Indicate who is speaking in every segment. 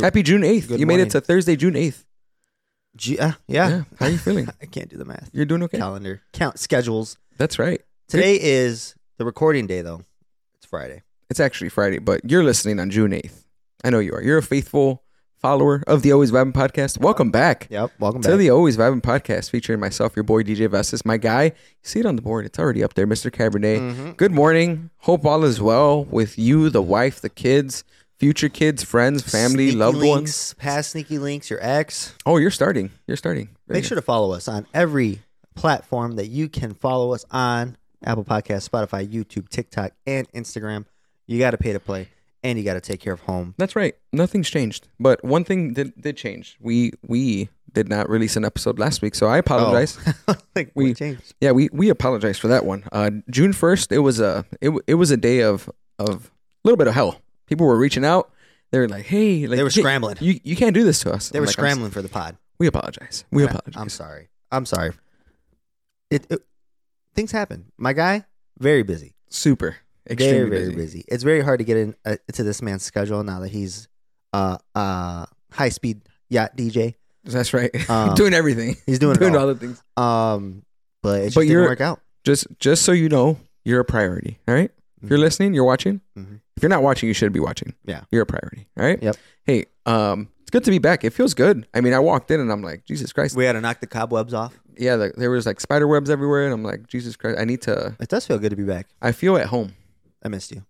Speaker 1: Happy June 8th.
Speaker 2: Good
Speaker 1: you made
Speaker 2: morning.
Speaker 1: it to Thursday, June 8th.
Speaker 2: G- uh, yeah.
Speaker 1: How are you feeling?
Speaker 2: I can't do the math.
Speaker 1: You're doing okay?
Speaker 2: Calendar count schedules.
Speaker 1: That's right.
Speaker 2: Today is the recording day, though. It's Friday.
Speaker 1: It's actually Friday, but you're listening on June 8th. I know you are. You're a faithful follower of the Always Vibing podcast. Welcome back
Speaker 2: Yep. Welcome
Speaker 1: to
Speaker 2: back.
Speaker 1: the Always Vibing podcast featuring myself, your boy DJ Vestas, my guy. You see it on the board. It's already up there, Mr. Cabernet.
Speaker 2: Mhm.
Speaker 1: Good morning. Hope all is well with you, the wife, the kids, future kids, friends, family,
Speaker 2: Sneaky
Speaker 1: loved
Speaker 2: links,
Speaker 1: ones.
Speaker 2: Past sneaky links. Your ex.
Speaker 1: Oh, you're starting. You're starting. Very
Speaker 2: Make
Speaker 1: good.
Speaker 2: sure to follow us on every platform that you can follow us on: Apple Podcasts, Spotify, YouTube, TikTok, and Instagram. You got to pay to play, and you got to take care of home.
Speaker 1: That's right. Nothing's changed. But one thing did, did change. We we did not release an episode last week, so I
Speaker 2: Oh.
Speaker 1: apologize.
Speaker 2: like
Speaker 1: We-
Speaker 2: we changed.
Speaker 1: Yeah, we we apologize for that one. Uh, June first, it was a it, w- it was a day of of a little bit of hell. People were reaching out. They were like, "Hey, like,
Speaker 2: They were
Speaker 1: you-
Speaker 2: scrambling.
Speaker 1: You you can't do this to us."
Speaker 2: They
Speaker 1: I'm
Speaker 2: were
Speaker 1: like, I'm s-
Speaker 2: scrambling for the pod.
Speaker 1: we apologize. We
Speaker 2: And I-
Speaker 1: apologize.
Speaker 2: I'm sorry. I'm sorry. It, it things happen. My guy, very busy.
Speaker 1: Super extremely
Speaker 2: very very busy.
Speaker 1: busy.
Speaker 2: It's very hard to get in uh, to this man's schedule now that he's uh uh high speed yacht DJ.
Speaker 1: That's right.
Speaker 2: Um,
Speaker 1: doing everything.
Speaker 2: He's doing,
Speaker 1: doing
Speaker 2: it all.
Speaker 1: all the things.
Speaker 2: Um, but it just
Speaker 1: But
Speaker 2: didn't
Speaker 1: you're-
Speaker 2: work out.
Speaker 1: Just just so you know, you're a priority. All right. If you're
Speaker 2: Mhm.
Speaker 1: listening, you're watching.
Speaker 2: Mhm.
Speaker 1: If you're not watching, you should be watching.
Speaker 2: Yeah.
Speaker 1: You're a priority. All right.
Speaker 2: Yep.
Speaker 1: Hey, um, it's good to be back. It feels good. I mean, I walked in and I'm like, Jesus Christ.
Speaker 2: We had to knock the cobwebs off.
Speaker 1: Yeah, like, there was like spider webs everywhere, and I'm like, Jesus Christ. I need to.
Speaker 2: It does feel good to be back.
Speaker 1: I feel at home.
Speaker 2: I missed you.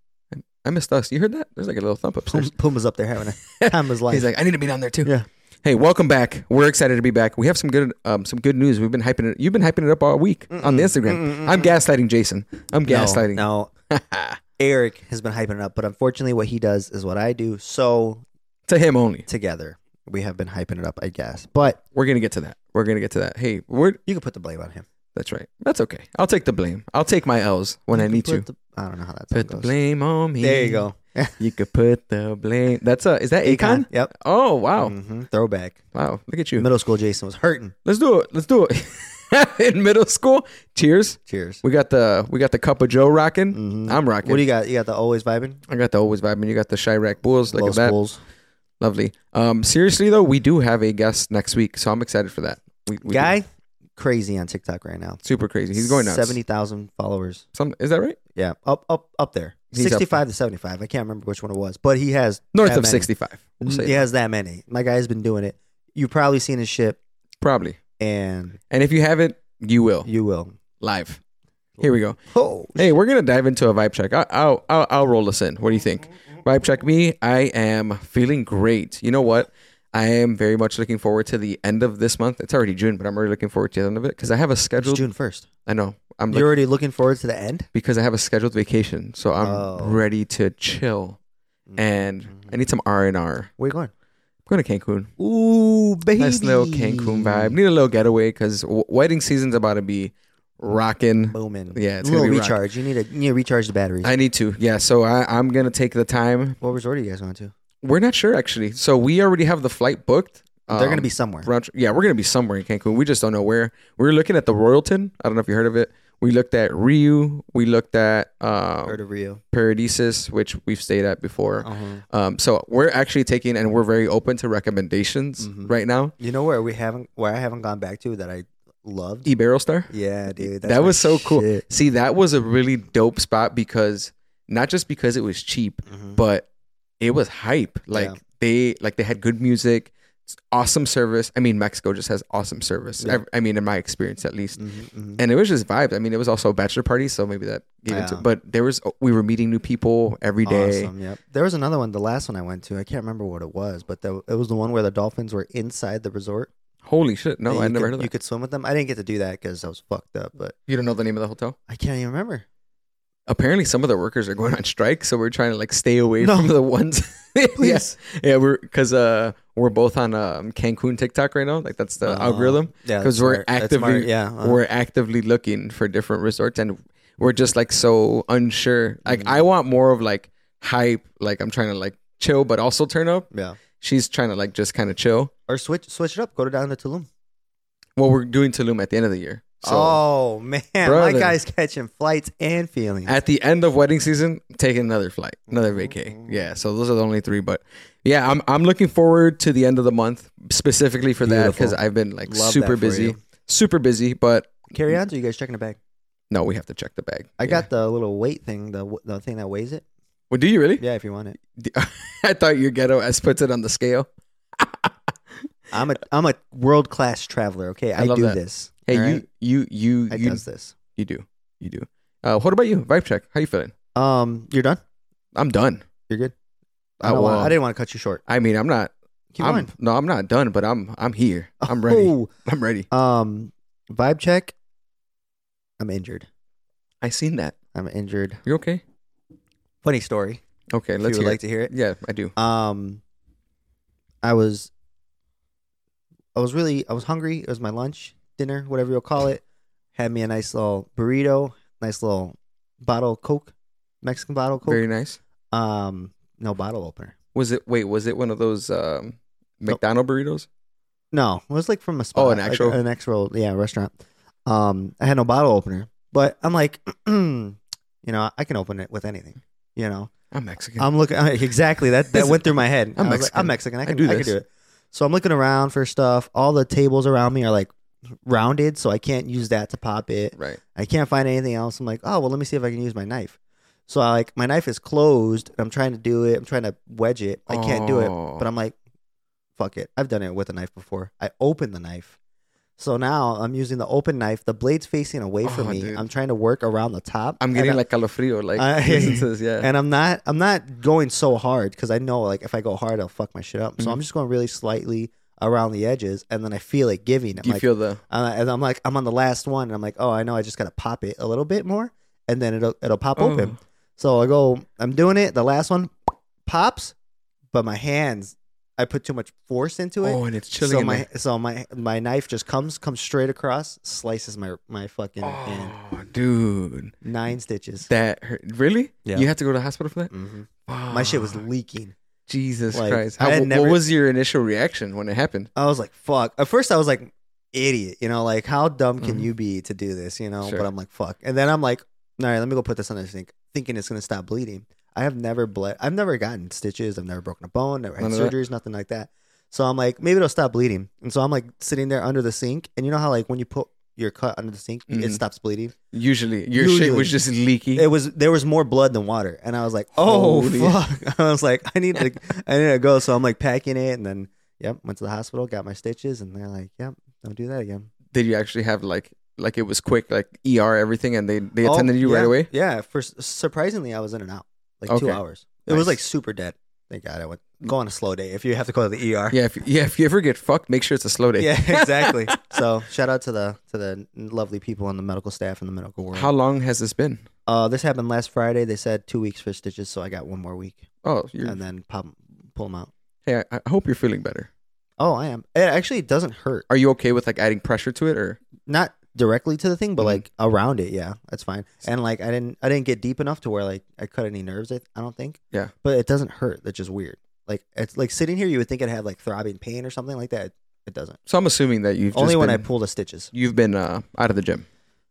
Speaker 1: I missed us. You heard that? There's like a little thump
Speaker 2: Pum,
Speaker 1: upstairs.
Speaker 2: Puma's up there having a time of his life.
Speaker 1: He's like, I need to be down there too.
Speaker 2: Yeah.
Speaker 1: Hey, welcome back. We're excited to be back. We have some good, um, some good news. We've been hyping it. You've been hyping it up all week on the
Speaker 2: Mm-mm,
Speaker 1: Instagram.
Speaker 2: mm-mm,
Speaker 1: I'm
Speaker 2: mm-mm.
Speaker 1: gaslighting Jason. I'm
Speaker 2: No,
Speaker 1: gaslighting.
Speaker 2: No, Eric has been hyping it up, but unfortunately, what he does is what I do. So
Speaker 1: to him only.
Speaker 2: together. We have been hyping it up, I guess. But
Speaker 1: We're gonna get to that. We're gonna get to that. Hey, we're
Speaker 2: you can put the blame on him.
Speaker 1: that's right. That's okay. I'll take the blame. I'll take my L's when
Speaker 2: You
Speaker 1: I
Speaker 2: can
Speaker 1: need
Speaker 2: put
Speaker 1: to.
Speaker 2: the- I don't know how that song
Speaker 1: Put the
Speaker 2: goes.
Speaker 1: blame on me.
Speaker 2: There you go.
Speaker 1: You could put the blame. That's a. Is that Akon?
Speaker 2: Yep.
Speaker 1: Oh wow,
Speaker 2: Mhm. Throwback.
Speaker 1: wow! Look at you.
Speaker 2: Middle school Jason was hurting.
Speaker 1: Let's do it. Let's do it. In middle school, cheers.
Speaker 2: Cheers.
Speaker 1: We got the we got the cup of Joe rocking.
Speaker 2: Mhm.
Speaker 1: I'm rocking.
Speaker 2: What do you got? You got the always vibing?
Speaker 1: I got the always vibing. You got the Chirac Bulls. Look
Speaker 2: Los
Speaker 1: at that.
Speaker 2: Bulls.
Speaker 1: Lovely. Um, seriously though, we do have a guest next week, so I'm excited for that. We, we do.
Speaker 2: Guy, crazy on TikTok right now.
Speaker 1: super crazy. He's going nuts.
Speaker 2: Seventy thousand followers.
Speaker 1: Some is that right?
Speaker 2: Yeah, up, up, up there.
Speaker 1: He's up
Speaker 2: Sixty-five to seventy-five. I can't remember which one it was, but he has
Speaker 1: North
Speaker 2: that
Speaker 1: of
Speaker 2: many.
Speaker 1: 65. We'll say
Speaker 2: he has that many. My guy's been doing it. You've probably seen his shit,
Speaker 1: probably.
Speaker 2: and
Speaker 1: And if you haven't, you will
Speaker 2: you will.
Speaker 1: live. Here we go.
Speaker 2: Oh,
Speaker 1: Hey, we're gonna dive into a vibe check. I, I'll, I'll I'll roll this in. What do you think? Vibe check me. I am feeling great. You know what? I am very much looking forward to the end of this month. It's already June, but I'm already looking forward to the end of it because I have a
Speaker 2: it's
Speaker 1: scheduled.
Speaker 2: June first.
Speaker 1: I know. I'm
Speaker 2: You're already looking forward to the end.
Speaker 1: because I have a scheduled vacation, so I'm
Speaker 2: Oh. Mm-hmm.
Speaker 1: ready to chill, and I need some R and R.
Speaker 2: Where you going?
Speaker 1: I'm going to Cancun.
Speaker 2: Ooh, baby.
Speaker 1: Nice little Cancun vibe. Need a little getaway because w- wedding season's about to be rocking.
Speaker 2: Booming.
Speaker 1: Yeah, it's
Speaker 2: a
Speaker 1: gonna
Speaker 2: little
Speaker 1: be
Speaker 2: recharge. You need to you need to recharge the batteries.
Speaker 1: I need to. Yeah, so I, I'm gonna take the time.
Speaker 2: what resort are you guys going to?
Speaker 1: We're not sure actually. So we already have the flight booked.
Speaker 2: They're gonna
Speaker 1: Um,
Speaker 2: be somewhere.
Speaker 1: brunch- Yeah, we're gonna be somewhere in Cancun. We just don't know where. We were looking at the Royalton. I don't know if you heard of it. We looked at Ryu. We looked at um,
Speaker 2: Heard of Rio.
Speaker 1: Paradisus, which we've stayed at before.
Speaker 2: Uh-huh.
Speaker 1: Um, so we're actually taking and we're very open to recommendations
Speaker 2: Mhm.
Speaker 1: right now.
Speaker 2: You know where we haven't where I haven't gone back to that I loved.
Speaker 1: E Barrel Star.
Speaker 2: Yeah, dude. that's
Speaker 1: that
Speaker 2: my
Speaker 1: was so cool.
Speaker 2: shit.
Speaker 1: See, that was a really dope spot because not just because it was cheap,
Speaker 2: Mhm.
Speaker 1: but it was hype. Like
Speaker 2: Yeah.
Speaker 1: they like they had good music, s- awesome service. I mean, Mexico just has awesome service.
Speaker 2: Yeah.
Speaker 1: I, I mean, in my experience at least.
Speaker 2: Mhm, mhm.
Speaker 1: And it was just vibes. I mean, it was also a bachelor party, so maybe that gave it to.
Speaker 2: Yeah.
Speaker 1: But there was uh, we were meeting new people every day.
Speaker 2: Awesome. Yep. There was another one. The last one I went to, I can't remember what it was, but the, it was the one where the dolphins were inside the resort.
Speaker 1: Holy shit! No,
Speaker 2: and
Speaker 1: I
Speaker 2: you
Speaker 1: never
Speaker 2: could,
Speaker 1: heard of that.
Speaker 2: You could swim with them. I didn't get to do that because I was fucked up, but
Speaker 1: you don't know the name of the hotel?
Speaker 2: I can't even remember.
Speaker 1: apparently some of the workers are going on strike so we're trying to like stay away
Speaker 2: No.
Speaker 1: from the ones yes
Speaker 2: Please.
Speaker 1: yeah. yeah we're because uh we're both on um cancun tiktok right now like that's the
Speaker 2: Uh,
Speaker 1: algorithm
Speaker 2: Yeah,
Speaker 1: because
Speaker 2: that's
Speaker 1: we're
Speaker 2: smart. That's smart.
Speaker 1: actively
Speaker 2: yeah, uh,
Speaker 1: we're actively looking for different resorts and we're just like so unsure like i
Speaker 2: Mm-hmm.
Speaker 1: want more of like hype like i'm trying to like chill but also turn up
Speaker 2: yeah.
Speaker 1: she's trying to like just kind of chill
Speaker 2: Or switch switch it up. Go to down to Tulum.
Speaker 1: well we're doing tulum at the end of the year So
Speaker 2: oh man, my
Speaker 1: Brother.
Speaker 2: guy's catching flights and feelings.
Speaker 1: at the end of wedding season, taking another flight, another vacay. Yeah. So those are the only three. But yeah, I'm I'm looking forward to the end of the month specifically for that
Speaker 2: Beautiful.
Speaker 1: because I've been like
Speaker 2: Love that
Speaker 1: super
Speaker 2: for
Speaker 1: busy,
Speaker 2: you.
Speaker 1: super busy. But
Speaker 2: Carry on, so you guys checking the bag.
Speaker 1: no, we have to check the bag.
Speaker 2: I
Speaker 1: Yeah.
Speaker 2: got the little weight thing, the w- the thing that weighs it.
Speaker 1: Well, do you really?
Speaker 2: Yeah, if you want it.
Speaker 1: I thought your ghetto ass puts it on the scale.
Speaker 2: I'm a I'm a world class traveler. Okay, I,
Speaker 1: love
Speaker 2: do
Speaker 1: that.
Speaker 2: this.
Speaker 1: Hey,
Speaker 2: all
Speaker 1: you,
Speaker 2: right?
Speaker 1: you, you,
Speaker 2: I
Speaker 1: you,
Speaker 2: does this.
Speaker 1: you do, you do. Uh, what about you? Vibe check. How you feeling?
Speaker 2: Um, you're done.
Speaker 1: I'm done.
Speaker 2: You're good.
Speaker 1: Uh,
Speaker 2: I, don't
Speaker 1: well,
Speaker 2: want, I didn't want to cut you short.
Speaker 1: I mean, I'm not.
Speaker 2: Keep
Speaker 1: I'm,
Speaker 2: going.
Speaker 1: No, I'm not done. But I'm, I'm here. I'm ready.
Speaker 2: Oh,
Speaker 1: I'm ready.
Speaker 2: um, vibe check. I'm injured.
Speaker 1: I seen that.
Speaker 2: I'm injured.
Speaker 1: You okay?
Speaker 2: Funny story.
Speaker 1: Okay,
Speaker 2: If you
Speaker 1: let's
Speaker 2: would
Speaker 1: hear.
Speaker 2: like to hear it.
Speaker 1: it. Yeah, I do.
Speaker 2: Um, I was, I was really, I was hungry. It was my lunch, dinner, whatever you'll call it. Had me a nice little burrito, nice little bottle of Coke, Mexican bottle of Coke.
Speaker 1: Very nice.
Speaker 2: um, no bottle opener.
Speaker 1: Was it? Wait, was it one of those um, McDonald burritos?
Speaker 2: No, it was like from a spot.
Speaker 1: Oh, an
Speaker 2: like
Speaker 1: actual-
Speaker 2: an actual, yeah, restaurant. Um, I had no bottle opener, but I'm like, you know, I can open it with anything. You know,
Speaker 1: I'm Mexican.
Speaker 2: I'm looking I- exactly that. That
Speaker 1: This-
Speaker 2: went through my head.
Speaker 1: I'm
Speaker 2: I was like, I'm
Speaker 1: Mexican.
Speaker 2: Mexican. I
Speaker 1: I
Speaker 2: can
Speaker 1: do
Speaker 2: I can
Speaker 1: this.
Speaker 2: do it. So I'm looking around for stuff. All the tables around me are like rounded, so I can't use that to pop it.
Speaker 1: right.
Speaker 2: I can't find anything else. I'm like, oh well, let me see if I can use my knife. So I like my knife is closed. And I'm trying to do it. I'm trying to wedge it. I can't do it.
Speaker 1: Oh.
Speaker 2: But I'm like, fuck it. I've done it with a knife before. I open the knife. So now I'm using the open knife. The blade's facing away from
Speaker 1: Oh,
Speaker 2: me.
Speaker 1: dude.
Speaker 2: I'm trying to work around the top.
Speaker 1: I'm
Speaker 2: and
Speaker 1: getting
Speaker 2: I-
Speaker 1: like calofrio. Like,
Speaker 2: I-
Speaker 1: listen to this, yeah.
Speaker 2: and I'm not I'm not going so hard because I know like if I go hard I'll fuck my shit up.
Speaker 1: Mm-hmm.
Speaker 2: So I'm just going really slightly around the edges, and then I feel it giving. I'm
Speaker 1: do you
Speaker 2: like,
Speaker 1: feel the?
Speaker 2: uh, and I'm like I'm on the last one, and I'm like, oh, I know I just gotta pop it a little bit more, and then it'll it'll pop
Speaker 1: Oh.
Speaker 2: open. So I go, I'm doing it. The last one pops, but my hands, I put too much force into it.
Speaker 1: Oh, and it's chilling.
Speaker 2: so
Speaker 1: in
Speaker 2: my
Speaker 1: there.
Speaker 2: so my my knife just comes comes straight across, slices my my fucking hand.
Speaker 1: Oh, dude,
Speaker 2: Nine stitches.
Speaker 1: that Ah. hurt. really?
Speaker 2: Yeah.
Speaker 1: You had to go to the hospital for that?
Speaker 2: hmm My shit was
Speaker 1: Fuck.
Speaker 2: leaking.
Speaker 1: Jesus
Speaker 2: like,
Speaker 1: Christ.
Speaker 2: I
Speaker 1: How,
Speaker 2: had
Speaker 1: what,
Speaker 2: never-
Speaker 1: was your initial reaction when it happened?
Speaker 2: I was like, fuck. At first, I was like, idiot. You know, like, how dumb can
Speaker 1: Mhm.
Speaker 2: you be to do this? You know,
Speaker 1: Sure.
Speaker 2: but I'm like, fuck. And then I'm like, all right, let me go put this on the sink, thinking it's going to stop bleeding. I have never bled. I've never gotten stitches. I've never broken a bone, never had
Speaker 1: None of that?
Speaker 2: surgeries, nothing like that. So I'm like, maybe it'll stop bleeding. And so I'm like sitting there under the sink. And you know how, like, when you put your cut under the sink,
Speaker 1: Mhm.
Speaker 2: it stops bleeding?
Speaker 1: Usually, your shit
Speaker 2: Usually.
Speaker 1: was just leaky.
Speaker 2: It was, there was more blood than water. And I was like, oh,
Speaker 1: Holy-
Speaker 2: fuck. I was like, I need to, I need to go. So I'm like packing it. And then, yep, went to the hospital, got my stitches. And they're like, yep, don't do that again.
Speaker 1: Did you actually have like like it was quick, like ER everything, and they they
Speaker 2: Oh,
Speaker 1: attended you
Speaker 2: yeah,
Speaker 1: right away?
Speaker 2: Yeah. For surprisingly, I was in and out like two
Speaker 1: Okay.
Speaker 2: hours. It was
Speaker 1: Nice.
Speaker 2: like super dead. Thank God I went go on a slow day if you have to go to the ER.
Speaker 1: Yeah, if, yeah. If you ever get fucked, make sure it's a slow day.
Speaker 2: Yeah, exactly. so shout out to the to the lovely people on the medical staff in the medical world.
Speaker 1: How long has this been?
Speaker 2: uh, this happened last Friday. They said two weeks for stitches, so I got one more week
Speaker 1: Oh, you're,
Speaker 2: and then pop pull them out.
Speaker 1: hey, I, I hope you're feeling better.
Speaker 2: Oh, I am. It actually doesn't hurt.
Speaker 1: Are you okay with like adding pressure to it, or
Speaker 2: Not directly to the thing, but
Speaker 1: Mhm.
Speaker 2: like around it. Yeah, that's fine. And like I didn't I didn't get deep enough to where like I cut any nerves. I, I don't think.
Speaker 1: Yeah.
Speaker 2: But it doesn't hurt. That's just weird. Like it's like sitting here, you would think I'd have like throbbing pain or something like that. It doesn't.
Speaker 1: so? I'm assuming that you've
Speaker 2: Only
Speaker 1: just
Speaker 2: when I
Speaker 1: been,
Speaker 2: pull the stitches.
Speaker 1: you've been uh, out of the gym.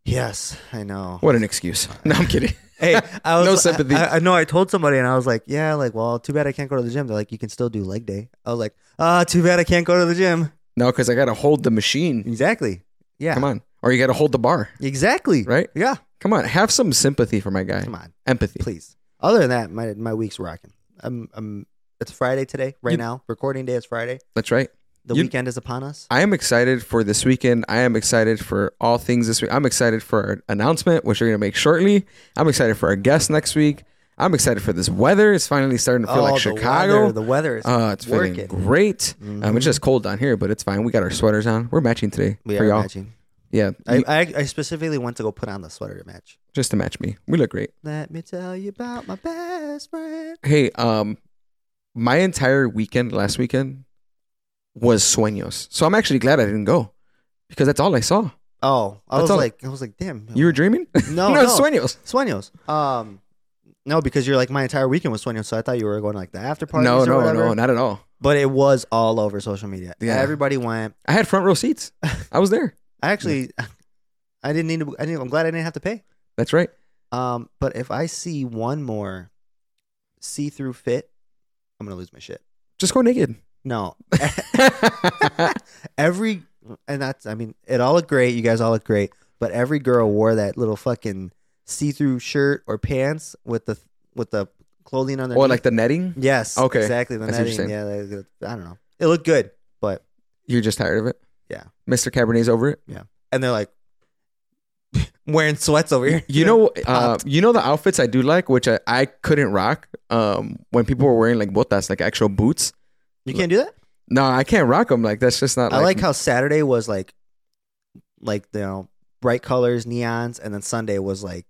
Speaker 2: Yes, I know.
Speaker 1: What an excuse! No, I'm kidding.
Speaker 2: Hey, I was
Speaker 1: No sympathy.
Speaker 2: I, I know. I told somebody, and I was like, "Yeah, like, well, too bad I can't go to the gym." They're like, "You can still do leg day." I was like, "Ah, too bad I can't go to the gym."
Speaker 1: No, because I gotta hold the machine.
Speaker 2: Exactly. Yeah.
Speaker 1: Come on, or you gotta hold the bar,
Speaker 2: Exactly.
Speaker 1: right?
Speaker 2: Yeah.
Speaker 1: Come on, have some sympathy for my guy.
Speaker 2: Come on,
Speaker 1: Empathy.
Speaker 2: please. Other than that, my my week's rocking. I'm I'm. It's Friday today, right
Speaker 1: You-
Speaker 2: now. Recording day is Friday.
Speaker 1: That's right.
Speaker 2: The
Speaker 1: You-
Speaker 2: weekend is upon us.
Speaker 1: I am excited for this weekend. I am excited for all things this week. I'm excited for our announcement, which we're gonna make shortly. I'm excited for our guest next week. I'm excited for this weather. It's finally starting to feel like
Speaker 2: Oh, The
Speaker 1: Chicago.
Speaker 2: weather, the weather is mm-hmm.
Speaker 1: Uh, it's feeling
Speaker 2: working.
Speaker 1: great. Um, it's just cold down here, but it's fine. We got our sweaters on. We're matching today
Speaker 2: We
Speaker 1: for
Speaker 2: are
Speaker 1: y'all.
Speaker 2: matching.
Speaker 1: Yeah,
Speaker 2: I,
Speaker 1: you-
Speaker 2: I I specifically went to go put on the sweater to match.
Speaker 1: just to match me. We look great.
Speaker 2: Let me tell you about my best friend.
Speaker 1: Hey, um, my entire weekend last weekend was sueños. So I'm actually glad I didn't go because that's all I saw.
Speaker 2: Oh, I
Speaker 1: That's
Speaker 2: was
Speaker 1: all-
Speaker 2: like, I was like, damn.
Speaker 1: You were dreaming?
Speaker 2: no,
Speaker 1: no,
Speaker 2: no,
Speaker 1: sueños.
Speaker 2: Sueños. Um, no, because you're like my entire weekend was sueños, so I thought you were going to, like the after parties.
Speaker 1: No,
Speaker 2: or
Speaker 1: no,
Speaker 2: whatever.
Speaker 1: no, not at all.
Speaker 2: But it was all over social media.
Speaker 1: Yeah.
Speaker 2: everybody went.
Speaker 1: I had front row seats. I was there.
Speaker 2: I actually, I didn't need to. I didn't, I'm glad I didn't have to pay.
Speaker 1: That's right.
Speaker 2: Um, but if I see one more see-through fit, I'm gonna lose my shit.
Speaker 1: Just go naked. Oh,
Speaker 2: No, every and that's. I mean, it all looked great. You guys all look great. But every girl wore that little fucking see-through shirt or pants with the with the clothing on their.
Speaker 1: or Oh, like the netting.
Speaker 2: yes.
Speaker 1: Okay.
Speaker 2: Exactly. The
Speaker 1: I see what you're saying.
Speaker 2: netting. Yeah. they- they- I don't know. It looked good, but
Speaker 1: You're just tired of it.
Speaker 2: Yeah.
Speaker 1: Mr. Cabernet's over it.
Speaker 2: and they're like wearing sweats over here.
Speaker 1: You know, uh,
Speaker 2: Popped.
Speaker 1: you know the outfits I do like, which I, I couldn't rock. Um, when people were wearing like botas, like actual boots.
Speaker 2: you can't do that.
Speaker 1: No, I can't rock them. Like that's just not.
Speaker 2: I
Speaker 1: like
Speaker 2: like how Saturday was like, like you know, bright colors, neons, and then Sunday was like,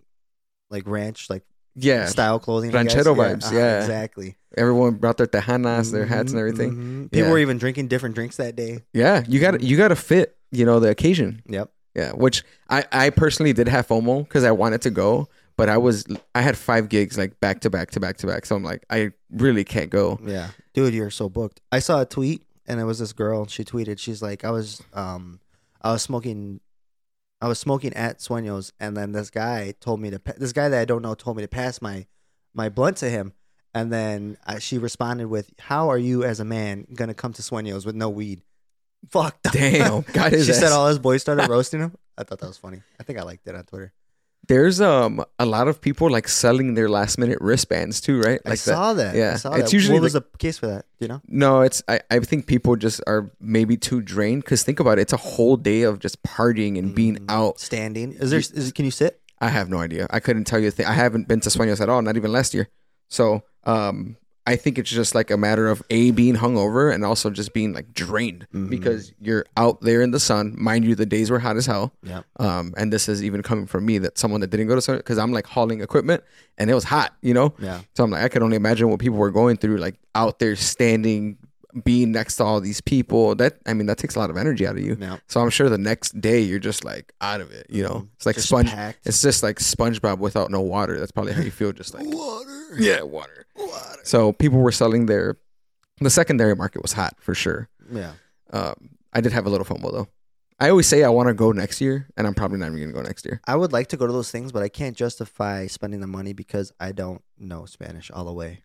Speaker 2: like ranch, like
Speaker 1: yeah,
Speaker 2: style clothing, I guess.
Speaker 1: Ranchero vibes,
Speaker 2: uh-huh,
Speaker 1: yeah.
Speaker 2: exactly.
Speaker 1: everyone brought their tejanas, their hats, and
Speaker 2: Mhm,
Speaker 1: everything.
Speaker 2: mhm. People
Speaker 1: Yeah.
Speaker 2: were even drinking different drinks that day.
Speaker 1: Yeah, you got to you got to fit. You know the occasion.
Speaker 2: Yep.
Speaker 1: Yeah, which I I personally did have FOMO because I wanted to go, but I was I had five gigs like back to back to back to back, so I'm like I really can't go.
Speaker 2: Yeah. Dude, you're so booked. I saw a tweet and it was this girl. She tweeted, she's like, I was um I was smoking I was smoking at Sueños and then this guy told me to pa- this guy that I don't know told me to pass my my blunt to him. And then uh, she responded with, "How are you as a man going to come to Sueños with no weed?" Fuck. the-
Speaker 1: Damn, got his
Speaker 2: she
Speaker 1: ass.
Speaker 2: said all his boys started roasting him. I thought that was funny. I think I liked it on Twitter.
Speaker 1: There's um a lot of people like selling their last minute wristbands too, right? Like
Speaker 2: I saw that.
Speaker 1: yeah.
Speaker 2: I saw
Speaker 1: It's
Speaker 2: that.
Speaker 1: usually
Speaker 2: what was the case for that? Do you know?
Speaker 1: No, it's I, I think people just are maybe too drained because think about it, it's a whole day of just partying and being
Speaker 2: Mm.
Speaker 1: out.
Speaker 2: Standing. Is there? Is, can you sit?
Speaker 1: I have no idea. I couldn't tell you a thing. I haven't been to Sueños at all, not even last year. So um I think it's just like a matter of A being hungover and also just being like drained
Speaker 2: Mhm.
Speaker 1: because you're out there in the sun. Mind you, the days were hot as hell.
Speaker 2: Yeah.
Speaker 1: Um, and this is even coming from me that someone that didn't go to Sueños because I'm like hauling equipment and it was hot, you know?
Speaker 2: Yeah.
Speaker 1: So I'm like, I could only imagine what people were going through, like out there standing, being next to all these people. That I mean, that takes a lot of energy out of you.
Speaker 2: Yeah.
Speaker 1: So I'm sure the next day you're just like out of it. You know, it's like
Speaker 2: Mm-hmm. Just
Speaker 1: sponge.
Speaker 2: packed.
Speaker 1: It's just like SpongeBob without no water. That's probably how you feel. Just like
Speaker 2: water.
Speaker 1: yeah, water.
Speaker 2: Water.
Speaker 1: So people were selling their. The secondary market was hot for sure.
Speaker 2: Yeah.
Speaker 1: Um, I did have a little FOMO though. I always say I want to go next year, and I'm probably not even gonna go next year.
Speaker 2: I would like to go to those things, but I can't justify spending the money because I don't know Spanish all the way.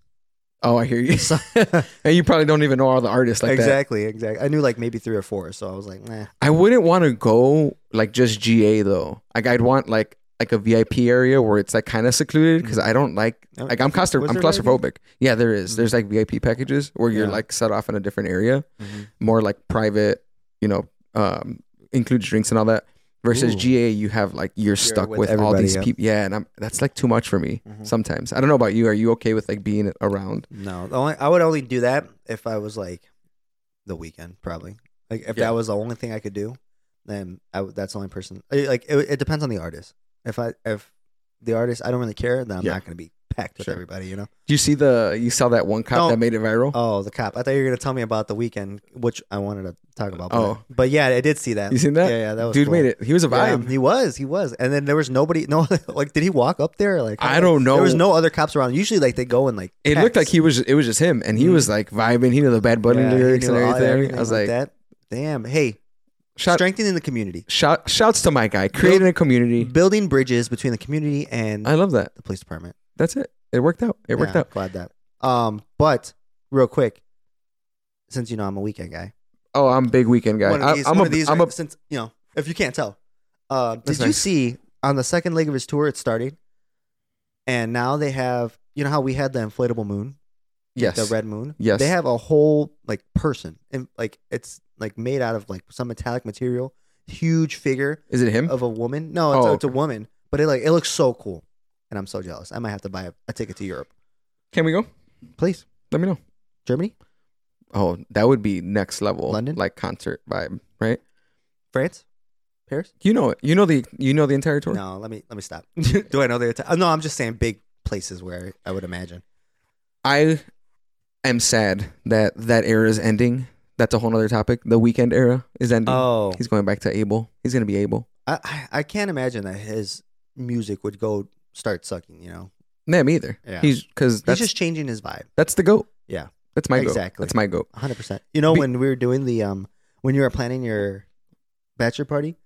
Speaker 1: Oh, I hear you. and you probably don't even know all the artists like that.
Speaker 2: exactly, exactly. I knew like maybe three or four, so I was like, nah.
Speaker 1: I wouldn't want to go like just GA though. Like I'd want like like a VIP area where it's like kind of secluded because I don't like
Speaker 2: Oh,
Speaker 1: like I'm
Speaker 2: is there-
Speaker 1: claustro-
Speaker 2: was
Speaker 1: I'm
Speaker 2: there VIP?
Speaker 1: claustrophobic. Yeah, there is. There's like VIP packages where you're
Speaker 2: Yeah.
Speaker 1: like set off in a different area,
Speaker 2: Mm-hmm.
Speaker 1: more like private. You know, um, includes drinks and all that. Versus
Speaker 2: Ooh.
Speaker 1: GA, you have like you're stuck
Speaker 2: with
Speaker 1: with, all
Speaker 2: everybody,
Speaker 1: these
Speaker 2: yeah.
Speaker 1: people. Yeah, and I'm that's like too much for me
Speaker 2: Mhm.
Speaker 1: sometimes. I don't know about you. Are you okay with like being around?
Speaker 2: No, the only, I would only do that if I was like the weekend, probably. Like if
Speaker 1: Yeah.
Speaker 2: that was the only thing I could do, then I would, that's the only person. I- Like it, it depends on the artist. If I if the artist I don't really care, then I'm
Speaker 1: Yeah.
Speaker 2: not going to be packed with
Speaker 1: Sure.
Speaker 2: everybody, you know.
Speaker 1: Do you see the you saw that one cop
Speaker 2: No.
Speaker 1: that made it viral?
Speaker 2: Oh, the cop! I thought you were gonna tell me about the weekend, which I wanted to talk about. But,
Speaker 1: Oh.
Speaker 2: but yeah, I did see that.
Speaker 1: You seen that?
Speaker 2: Yeah, yeah, that was
Speaker 1: Dude
Speaker 2: cool.
Speaker 1: made it. He was a
Speaker 2: Yeah,
Speaker 1: vibe.
Speaker 2: he was, he was, and then there was nobody. No, like, did he walk up there? Like,
Speaker 1: I don't know.
Speaker 2: There was no other cops around. Usually, like, they go and like.
Speaker 1: It looked
Speaker 2: packs. Mm.
Speaker 1: like he was. It was just him, and he was like vibing. He knew the Bad Bunny
Speaker 2: Yeah, he
Speaker 1: lyrics and
Speaker 2: knew all-
Speaker 1: everything. I was like,
Speaker 2: that. Damn. Hey,
Speaker 1: shout,
Speaker 2: strengthening the community,
Speaker 1: shout, shouts to my guy, creating a community.
Speaker 2: building bridges between the community and
Speaker 1: I love that.
Speaker 2: the police department.
Speaker 1: That's it. It worked out. It worked
Speaker 2: Yeah,
Speaker 1: out.
Speaker 2: Glad that. Um, but real quick, since you know I'm a weekend guy,
Speaker 1: Oh, I'm a big weekend guy.
Speaker 2: One of
Speaker 1: I,
Speaker 2: these,
Speaker 1: I'm
Speaker 2: one
Speaker 1: a.
Speaker 2: of these
Speaker 1: I'm
Speaker 2: are-
Speaker 1: a.
Speaker 2: since you know, if you can't tell. Uh, did
Speaker 1: That's
Speaker 2: you
Speaker 1: nice.
Speaker 2: see on the second leg of his tour it started? And now they have you know how we had the inflatable moon, the
Speaker 1: Yes.
Speaker 2: red moon?
Speaker 1: Yes.
Speaker 2: They have a whole like person and like it's like made out of like some metallic material, huge figure
Speaker 1: Is it him?
Speaker 2: of a woman. No, it's,
Speaker 1: Mm-hmm. Oh,
Speaker 2: it's a woman. But it like it looks so cool. And I'm so jealous. I might have to buy a, a ticket to Europe.
Speaker 1: Can we go?
Speaker 2: Please.
Speaker 1: Let me know.
Speaker 2: Germany?
Speaker 1: Oh, that would be next level.
Speaker 2: London?
Speaker 1: like concert vibe, right?
Speaker 2: France? Paris?
Speaker 1: You know it. You know the. You know the entire tour.
Speaker 2: No, let me let me stop. Do I know the? Ita- no, I'm just saying big places where I would imagine.
Speaker 1: I am sad that that era is ending. That's a whole other topic. The weekend era is ending.
Speaker 2: Oh,
Speaker 1: He's going back to Abel. He's gonna be Abel.
Speaker 2: I- I I can't imagine that his music would go start sucking. You know,
Speaker 1: Them either.
Speaker 2: Yeah.
Speaker 1: He's because that's
Speaker 2: he's just changing his vibe.
Speaker 1: That's the goat.
Speaker 2: Yeah.
Speaker 1: That's my goat.
Speaker 2: Exactly.
Speaker 1: That's my goat.
Speaker 2: 100. percent You know,
Speaker 1: Be-
Speaker 2: when we were doing the um, when you were planning your bachelor party,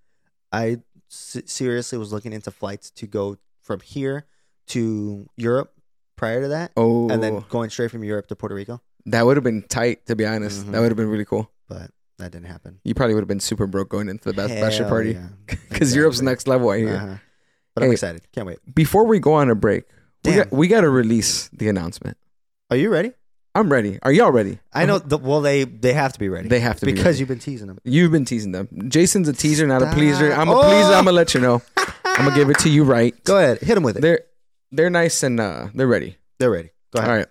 Speaker 2: I se- seriously was looking into flights to go from here to Europe prior to that,
Speaker 1: Oh,
Speaker 2: and then going straight from Europe to Puerto Rico.
Speaker 1: that would have been tight. To be honest,
Speaker 2: Mhm.
Speaker 1: that would have been really cool.
Speaker 2: But that didn't happen.
Speaker 1: You probably would have been super broke going into the bas- bachelor
Speaker 2: Hell
Speaker 1: party
Speaker 2: yeah.
Speaker 1: because Europe's
Speaker 2: Exactly.
Speaker 1: next level. I hear.
Speaker 2: Uh-huh. But I'm
Speaker 1: Hey.
Speaker 2: excited. Can't wait.
Speaker 1: Before we go on a break, we
Speaker 2: Damn.
Speaker 1: got, we got to release the announcement.
Speaker 2: Are you ready?
Speaker 1: I'm ready. Are y'all ready?
Speaker 2: I know. The, well, they they have to be ready.
Speaker 1: Uh-huh. They have to be
Speaker 2: because
Speaker 1: ready.
Speaker 2: you've been teasing them.
Speaker 1: You've been teasing them. Jason's a teaser, not a
Speaker 2: Stop.
Speaker 1: pleaser. I'm a
Speaker 2: Oh!
Speaker 1: pleaser. I'm gonna let you know. I'm gonna give it to you right.
Speaker 2: Go ahead, hit them with it. They're,
Speaker 1: They're they're nice and uh they're ready.
Speaker 2: ready. Go
Speaker 1: All
Speaker 2: ahead.
Speaker 1: right.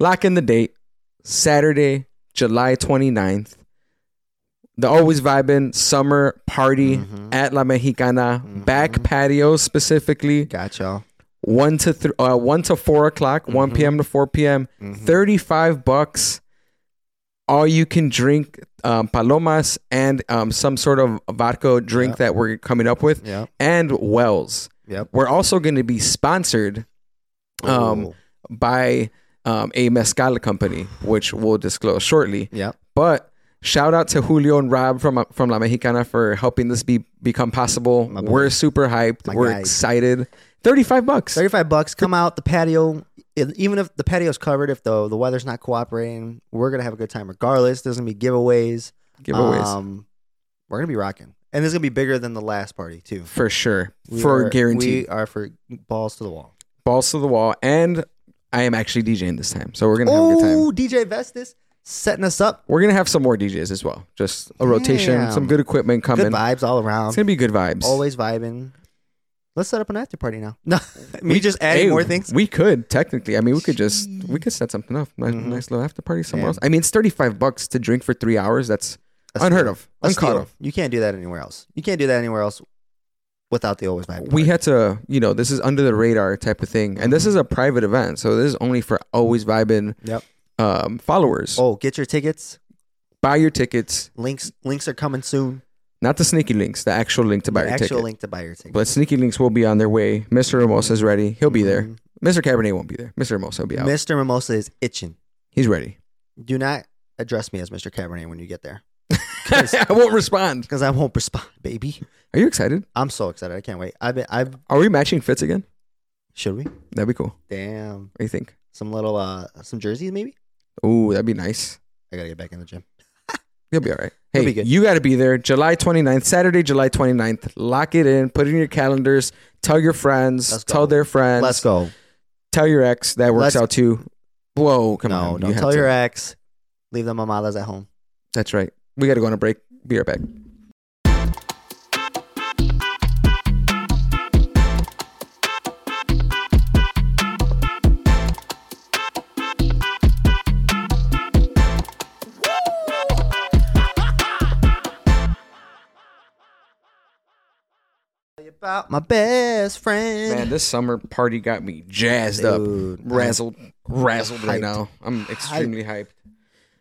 Speaker 1: Lock in the date. Saturday, July 29th. The always vibing summer party
Speaker 2: Mhm.
Speaker 1: at La Mexicana. Back
Speaker 2: Mhm.
Speaker 1: patio specifically.
Speaker 2: Got y'all.
Speaker 1: One to th- uh, one to four o'clock, one
Speaker 2: Mhm.
Speaker 1: p.m. to four p.m.
Speaker 2: Mhm.
Speaker 1: 35 bucks all you can drink um, palomas and um, some sort of vodka drink
Speaker 2: Yep.
Speaker 1: that we're coming up with
Speaker 2: Yep.
Speaker 1: and wells
Speaker 2: Yep.
Speaker 1: we're also going to be sponsored Um,
Speaker 2: Ooh.
Speaker 1: by um, a mezcal company which we'll disclose shortly
Speaker 2: Yep.
Speaker 1: but shout out to julio and rob from from la mexicana for helping this be become possible
Speaker 2: My boy.
Speaker 1: we're super hyped
Speaker 2: My
Speaker 1: we're
Speaker 2: guys.
Speaker 1: excited 35 bucks
Speaker 2: Thirty-five bucks. Come out the patio. If- Even if the patio's covered, if the the weather's not cooperating, we're gonna have a good time regardless. There's gonna be giveaways.
Speaker 1: giveaways
Speaker 2: Um, we're gonna be rocking, and this is gonna be bigger than the last party too.
Speaker 1: for sure
Speaker 2: We
Speaker 1: for
Speaker 2: are-
Speaker 1: guaranteed
Speaker 2: we are for balls to the wall.
Speaker 1: balls to the wall and i am actually djing this time so we're gonna have a good time
Speaker 2: Oh, DJ Vestas setting us up.
Speaker 1: we're gonna have some more djs as well just a rotation
Speaker 2: Damn.
Speaker 1: some good equipment coming
Speaker 2: Good vibes all around.
Speaker 1: it's gonna be good vibes
Speaker 2: Always vibing. Let's set up an after party now. No, me just adding
Speaker 1: Hey,
Speaker 2: more things.
Speaker 1: we could technically i mean we could just we could set something up nice,
Speaker 2: Mhm.
Speaker 1: nice little after party somewhere
Speaker 2: Yeah.
Speaker 1: else i mean it's 35 bucks to drink for three hours that's
Speaker 2: A
Speaker 1: unheard
Speaker 2: steal.
Speaker 1: of
Speaker 2: A
Speaker 1: uncaught
Speaker 2: steal.
Speaker 1: of
Speaker 2: You can't do that anywhere else. You can't do that anywhere else without the always vibing.
Speaker 1: we
Speaker 2: party.
Speaker 1: had to you know this is under the radar type of thing and this is a private event so this is only for always vibing
Speaker 2: Mm-hmm. Yep.
Speaker 1: um, followers
Speaker 2: Oh, get your tickets.
Speaker 1: buy your tickets
Speaker 2: Links links are coming soon.
Speaker 1: not the sneaky links the actual link to buy your
Speaker 2: Actual
Speaker 1: ticket
Speaker 2: link to buy your ticket.
Speaker 1: But Sneaky Links will be on their way. Mr. Ramosa is ready. He'll be there.
Speaker 2: Mhm.
Speaker 1: Mr. Cabernet won't be there. Mr. Ramosa will be out.
Speaker 2: Mr. Mimosa is itching.
Speaker 1: He's ready.
Speaker 2: Do not address me as Mr. Cabernet when you get there
Speaker 1: I won't respond.
Speaker 2: because I won't respond, baby.
Speaker 1: Are you excited?
Speaker 2: I'm so excited. I can't wait. I've been. I've.
Speaker 1: Are we matching fits again?
Speaker 2: Should we?
Speaker 1: That'd be cool. What
Speaker 2: Damn.
Speaker 1: do you think?
Speaker 2: Some little. Uh. Some jerseys maybe.
Speaker 1: Ooh, that'd be nice.
Speaker 2: I gotta get back in the gym.
Speaker 1: You'll be all right.
Speaker 2: It'll
Speaker 1: Hey,
Speaker 2: be good.
Speaker 1: you got to be there July 29th, Saturday, July 29th. Lock it in. Put it in your calendars. Tell your friends.
Speaker 2: Let's go.
Speaker 1: tell their friends.
Speaker 2: Let's go.
Speaker 1: Tell your ex. That works
Speaker 2: Let's-
Speaker 1: out too. Whoa, come
Speaker 2: no,
Speaker 1: on. You
Speaker 2: don't
Speaker 1: have
Speaker 2: tell
Speaker 1: to.
Speaker 2: your ex. Leave the mamadas at home.
Speaker 1: That's right. We got to go on a break. Be right back.
Speaker 2: About my best
Speaker 1: Man,
Speaker 2: friend.
Speaker 1: this summer party got me jazzed up.
Speaker 2: Dude, I'm
Speaker 1: razzled, razzled right
Speaker 2: hyped.
Speaker 1: now. I'm extremely hyped.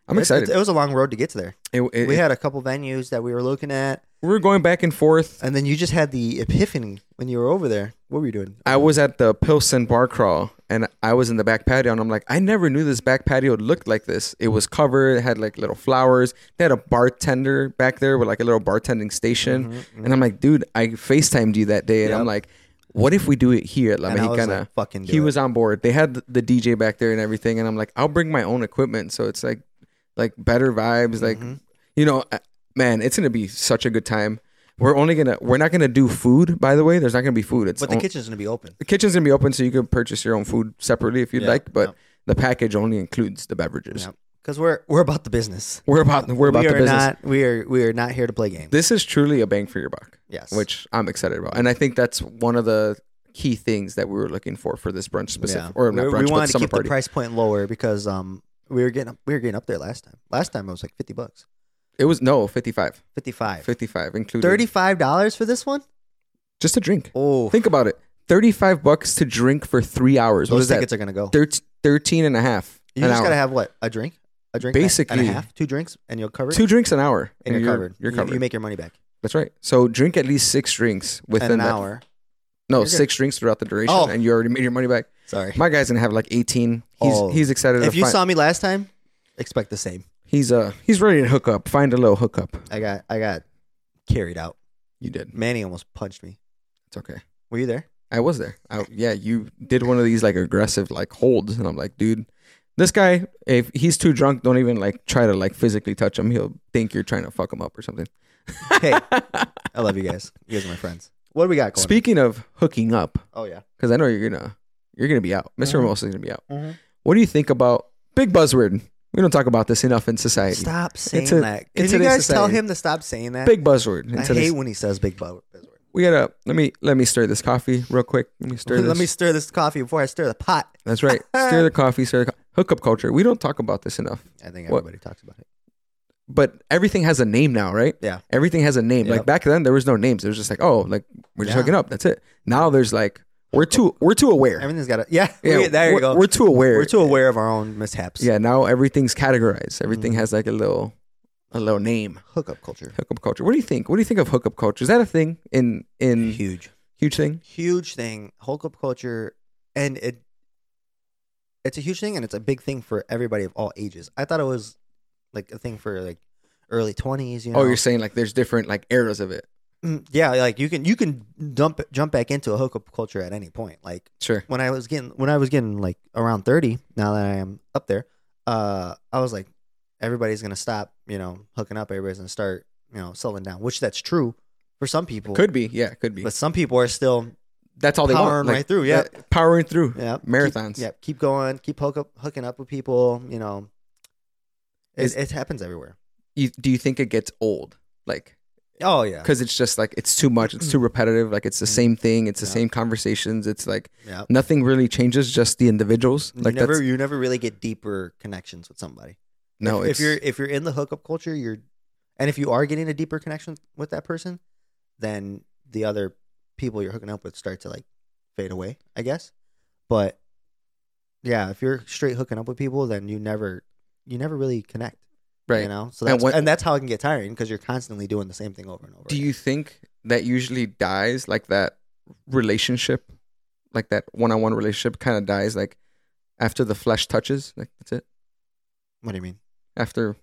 Speaker 1: I'm
Speaker 2: It-
Speaker 1: excited.
Speaker 2: It, it was a long road to get to there.
Speaker 1: It- it-
Speaker 2: We had a couple venues that we were looking at,
Speaker 1: we were going back and forth.
Speaker 2: and then you just had the epiphany when you were over there. What were you doing?
Speaker 1: I was at the Pilsen bar crawl and I was in the back patio and I'm like, I never knew this back patio looked like this. It was covered, it had like little flowers. They had a bartender back there with like a little bartending station. And I'm like, dude, I FaceTimed you that day and I'm
Speaker 2: Mm-hmm, Yep.
Speaker 1: like, what if we do it here at La
Speaker 2: And I was
Speaker 1: Mexicana?
Speaker 2: like, fucking do
Speaker 1: he
Speaker 2: it.
Speaker 1: was on board. They had the DJ back there and everything, and I'm like, I'll bring my own equipment, so it's like, like better vibes. Like,
Speaker 2: Mm-hmm.
Speaker 1: you know, uh, man, it's gonna be such a good time. We're only gonna, we're not gonna do food, by the way. There's not gonna be food. It's
Speaker 2: But the
Speaker 1: on-
Speaker 2: kitchen's gonna be open.
Speaker 1: the kitchen's gonna be open, so you can purchase your own food separately if you'd
Speaker 2: Yeah,
Speaker 1: like. But
Speaker 2: yeah.
Speaker 1: the package only includes the beverages.
Speaker 2: Yeah, because we're we're about the business.
Speaker 1: We're about, we're about
Speaker 2: we
Speaker 1: the
Speaker 2: are
Speaker 1: business.
Speaker 2: not. We are we are not here to play games.
Speaker 1: this is truly a bang for your buck.
Speaker 2: Yes.
Speaker 1: which I'm excited about, and I think that's one of the key things that we were looking for for this brunch specific, or not
Speaker 2: We-
Speaker 1: brunch,
Speaker 2: we
Speaker 1: but
Speaker 2: wanted to
Speaker 1: summer
Speaker 2: keep
Speaker 1: party.
Speaker 2: the price point lower because um we were getting up, we were getting up there last time. Last time it was like fifty bucks,
Speaker 1: It was no 55,
Speaker 2: fifty five.
Speaker 1: 55 including
Speaker 2: Thirty-five dollars for this one?
Speaker 1: just a drink.
Speaker 2: Oh,
Speaker 1: Think about it. 35 bucks to drink for three hours. What
Speaker 2: those
Speaker 1: is that?
Speaker 2: tickets are gonna go.
Speaker 1: 13, 13 and a half.
Speaker 2: You
Speaker 1: an
Speaker 2: just
Speaker 1: hour.
Speaker 2: gotta have what a drink, a drink,
Speaker 1: Basically.
Speaker 2: and a half, two drinks, and you're covered.
Speaker 1: two drinks an hour.
Speaker 2: and you're, covered.
Speaker 1: You're
Speaker 2: You-
Speaker 1: covered.
Speaker 2: You, make your money back
Speaker 1: That's right. So drink at least six drinks within
Speaker 2: in an
Speaker 1: that-
Speaker 2: hour.
Speaker 1: No,
Speaker 2: You're good.
Speaker 1: six drinks throughout the duration,
Speaker 2: Oh.
Speaker 1: and you already made your money back.
Speaker 2: Sorry.
Speaker 1: My guy's gonna have like 18. He's
Speaker 2: Oh.
Speaker 1: he's excited.
Speaker 2: if
Speaker 1: to
Speaker 2: you
Speaker 1: find-
Speaker 2: saw me last time, expect the same.
Speaker 1: he's uh he's ready to hook up. Find a little hookup.
Speaker 2: I got I got carried out.
Speaker 1: You did.
Speaker 2: Manny almost punched me.
Speaker 1: It's okay.
Speaker 2: Were you there?
Speaker 1: I was there. I, yeah, you did one of these like aggressive like holds, and I'm like, dude, this guy, if he's too drunk, don't even like try to like physically touch him. He'll think you're trying to fuck him up or something.
Speaker 2: Hey, I love you guys. You guys are my friends. What do we got going?
Speaker 1: Speaking of hooking up,
Speaker 2: oh yeah.
Speaker 1: because I know you're gonna you're gonna be out. Mr.
Speaker 2: Mhm.
Speaker 1: Mimosa's gonna be out.
Speaker 2: Mhm.
Speaker 1: What do you think about big buzzword? We don't talk about this enough in society.
Speaker 2: Stop saying
Speaker 1: a-
Speaker 2: that.
Speaker 1: in
Speaker 2: Can you
Speaker 1: today's
Speaker 2: guys tell
Speaker 1: society.
Speaker 2: him to stop saying that?
Speaker 1: Big buzzword. in
Speaker 2: I
Speaker 1: today's-
Speaker 2: hate when he says big buzzword.
Speaker 1: we gotta let me let me stir this coffee real quick. Let me stir this.
Speaker 2: Let me stir this coffee before I stir the pot.
Speaker 1: That's right. stir the coffee. Stir the co- hookup culture. We don't talk about this enough.
Speaker 2: I think
Speaker 1: What?
Speaker 2: everybody talks about it.
Speaker 1: But everything has a name now, right?
Speaker 2: Yeah.
Speaker 1: Everything has a name.
Speaker 2: Yep.
Speaker 1: Like back then, there was no names. It was just like, oh, like we're just
Speaker 2: Yeah.
Speaker 1: hooking up. That's it. Now there's like we're too we're too aware.
Speaker 2: Everything's got a yeah.
Speaker 1: yeah,
Speaker 2: we- there
Speaker 1: we're,
Speaker 2: you go.
Speaker 1: We're too aware.
Speaker 2: We're too aware of our own mishaps.
Speaker 1: Yeah. Now everything's categorized. Everything
Speaker 2: Mhm.
Speaker 1: has like a little a little name.
Speaker 2: Hookup culture.
Speaker 1: Hookup culture. What do you think? What do you think of hookup culture? Is that a thing in in
Speaker 2: Huge.
Speaker 1: huge thing?
Speaker 2: huge thing hookup culture and it it's a huge thing and it's a big thing for everybody of all ages i thought it was like a thing for like early 20s you know
Speaker 1: Oh, you're saying like there's different like eras of it.
Speaker 2: Mm, yeah like you can you can dump jump back into a hookup culture at any point like
Speaker 1: Sure.
Speaker 2: when i was getting when i was getting like around 30 now that i am up there uh i was like everybody's gonna stop you know hooking up everybody's gonna start you know settling down which that's true for some people
Speaker 1: Could be. Yeah. Could be.
Speaker 2: but some people are still
Speaker 1: That's all they
Speaker 2: powering
Speaker 1: want. Like,
Speaker 2: right through yeah
Speaker 1: yeah, powering through.
Speaker 2: Yeah.
Speaker 1: Marathons.
Speaker 2: Keep, yep. Keep going. Keep hook up, hooking up with people. You know, it,
Speaker 1: Is-
Speaker 2: it happens everywhere.
Speaker 1: you, do you think it gets old? Like,
Speaker 2: Oh yeah.
Speaker 1: because it's just like it's too much. It's too repetitive. Like it's the same thing. It's the
Speaker 2: Mm. Yeah.
Speaker 1: same conversations. It's like
Speaker 2: Yeah.
Speaker 1: nothing really changes. Just the individuals.
Speaker 2: You
Speaker 1: Like
Speaker 2: never
Speaker 1: that's
Speaker 2: you never really get deeper connections with somebody.
Speaker 1: no.
Speaker 2: If,
Speaker 1: it's
Speaker 2: if you're if you're in the hookup culture, you're, and if you are getting a deeper connection with that person, then the other people you're hooking up with start to like fade away. I guess, but yeah, if you're straight hooking up with people, then you never you never really connect.
Speaker 1: right.
Speaker 2: You know, so
Speaker 1: And
Speaker 2: that's and,
Speaker 1: what-
Speaker 2: that's how it can get tiring because you're constantly doing the same thing over and over.
Speaker 1: Do
Speaker 2: again.
Speaker 1: you think that usually dies? Like that relationship, like that one-on-one relationship, kind of dies. Like after the flesh touches. Like that's it.
Speaker 2: What do you mean?
Speaker 1: After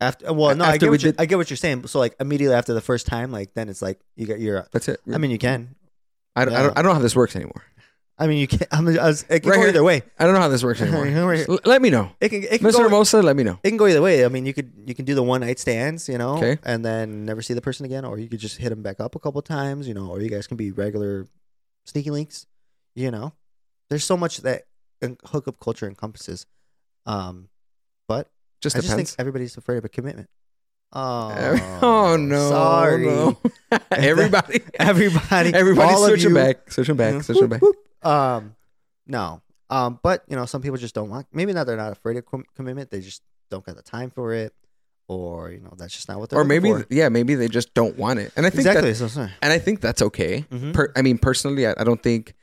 Speaker 2: After uh, well, no, I
Speaker 1: After
Speaker 2: get
Speaker 1: we
Speaker 2: what you,
Speaker 1: did-
Speaker 2: I get what you're saying. So like immediately after the first time, like then it's like you got you're.
Speaker 1: that's it.
Speaker 2: I mean, you can.
Speaker 1: I don't, I
Speaker 2: yeah.
Speaker 1: don't. I don't know how this works anymore.
Speaker 2: I mean, you can. I'm, I was, it can
Speaker 1: Right
Speaker 2: go
Speaker 1: here.
Speaker 2: either way.
Speaker 1: I don't know how this works anymore.
Speaker 2: Right here.
Speaker 1: L- let me know,
Speaker 2: It can. It can
Speaker 1: Mr.
Speaker 2: go.
Speaker 1: Hermosa. Let me know.
Speaker 2: it can go either way. I mean, you could you can do the one night stands, you know,
Speaker 1: Okay.
Speaker 2: and then never see the person again, or you could just hit them back up a couple times, you know, or you guys can be regular sneaky links, you know. There's so much that en- hookup culture encompasses, um, but
Speaker 1: Just
Speaker 2: I just
Speaker 1: depends.
Speaker 2: think everybody's afraid of a commitment.
Speaker 1: Every-
Speaker 2: Oh,
Speaker 1: oh no!
Speaker 2: Sorry.
Speaker 1: no. everybody,
Speaker 2: everybody,
Speaker 1: everybody,
Speaker 2: all of
Speaker 1: switching
Speaker 2: you.
Speaker 1: back, switching back, switching
Speaker 2: Whoop,
Speaker 1: back.
Speaker 2: whoop. Um, no, um, but you know, some people just don't want. Maybe not. They're not afraid of com- commitment. They just don't got the time for it, or you know, that's just not what they're.
Speaker 1: Or maybe,
Speaker 2: looking for.
Speaker 1: yeah, maybe they just don't want it. And I think
Speaker 2: exactly.
Speaker 1: that,
Speaker 2: so, so.
Speaker 1: and I think that's okay.
Speaker 2: Mhm.
Speaker 1: Per, I mean, personally, I, I don't think,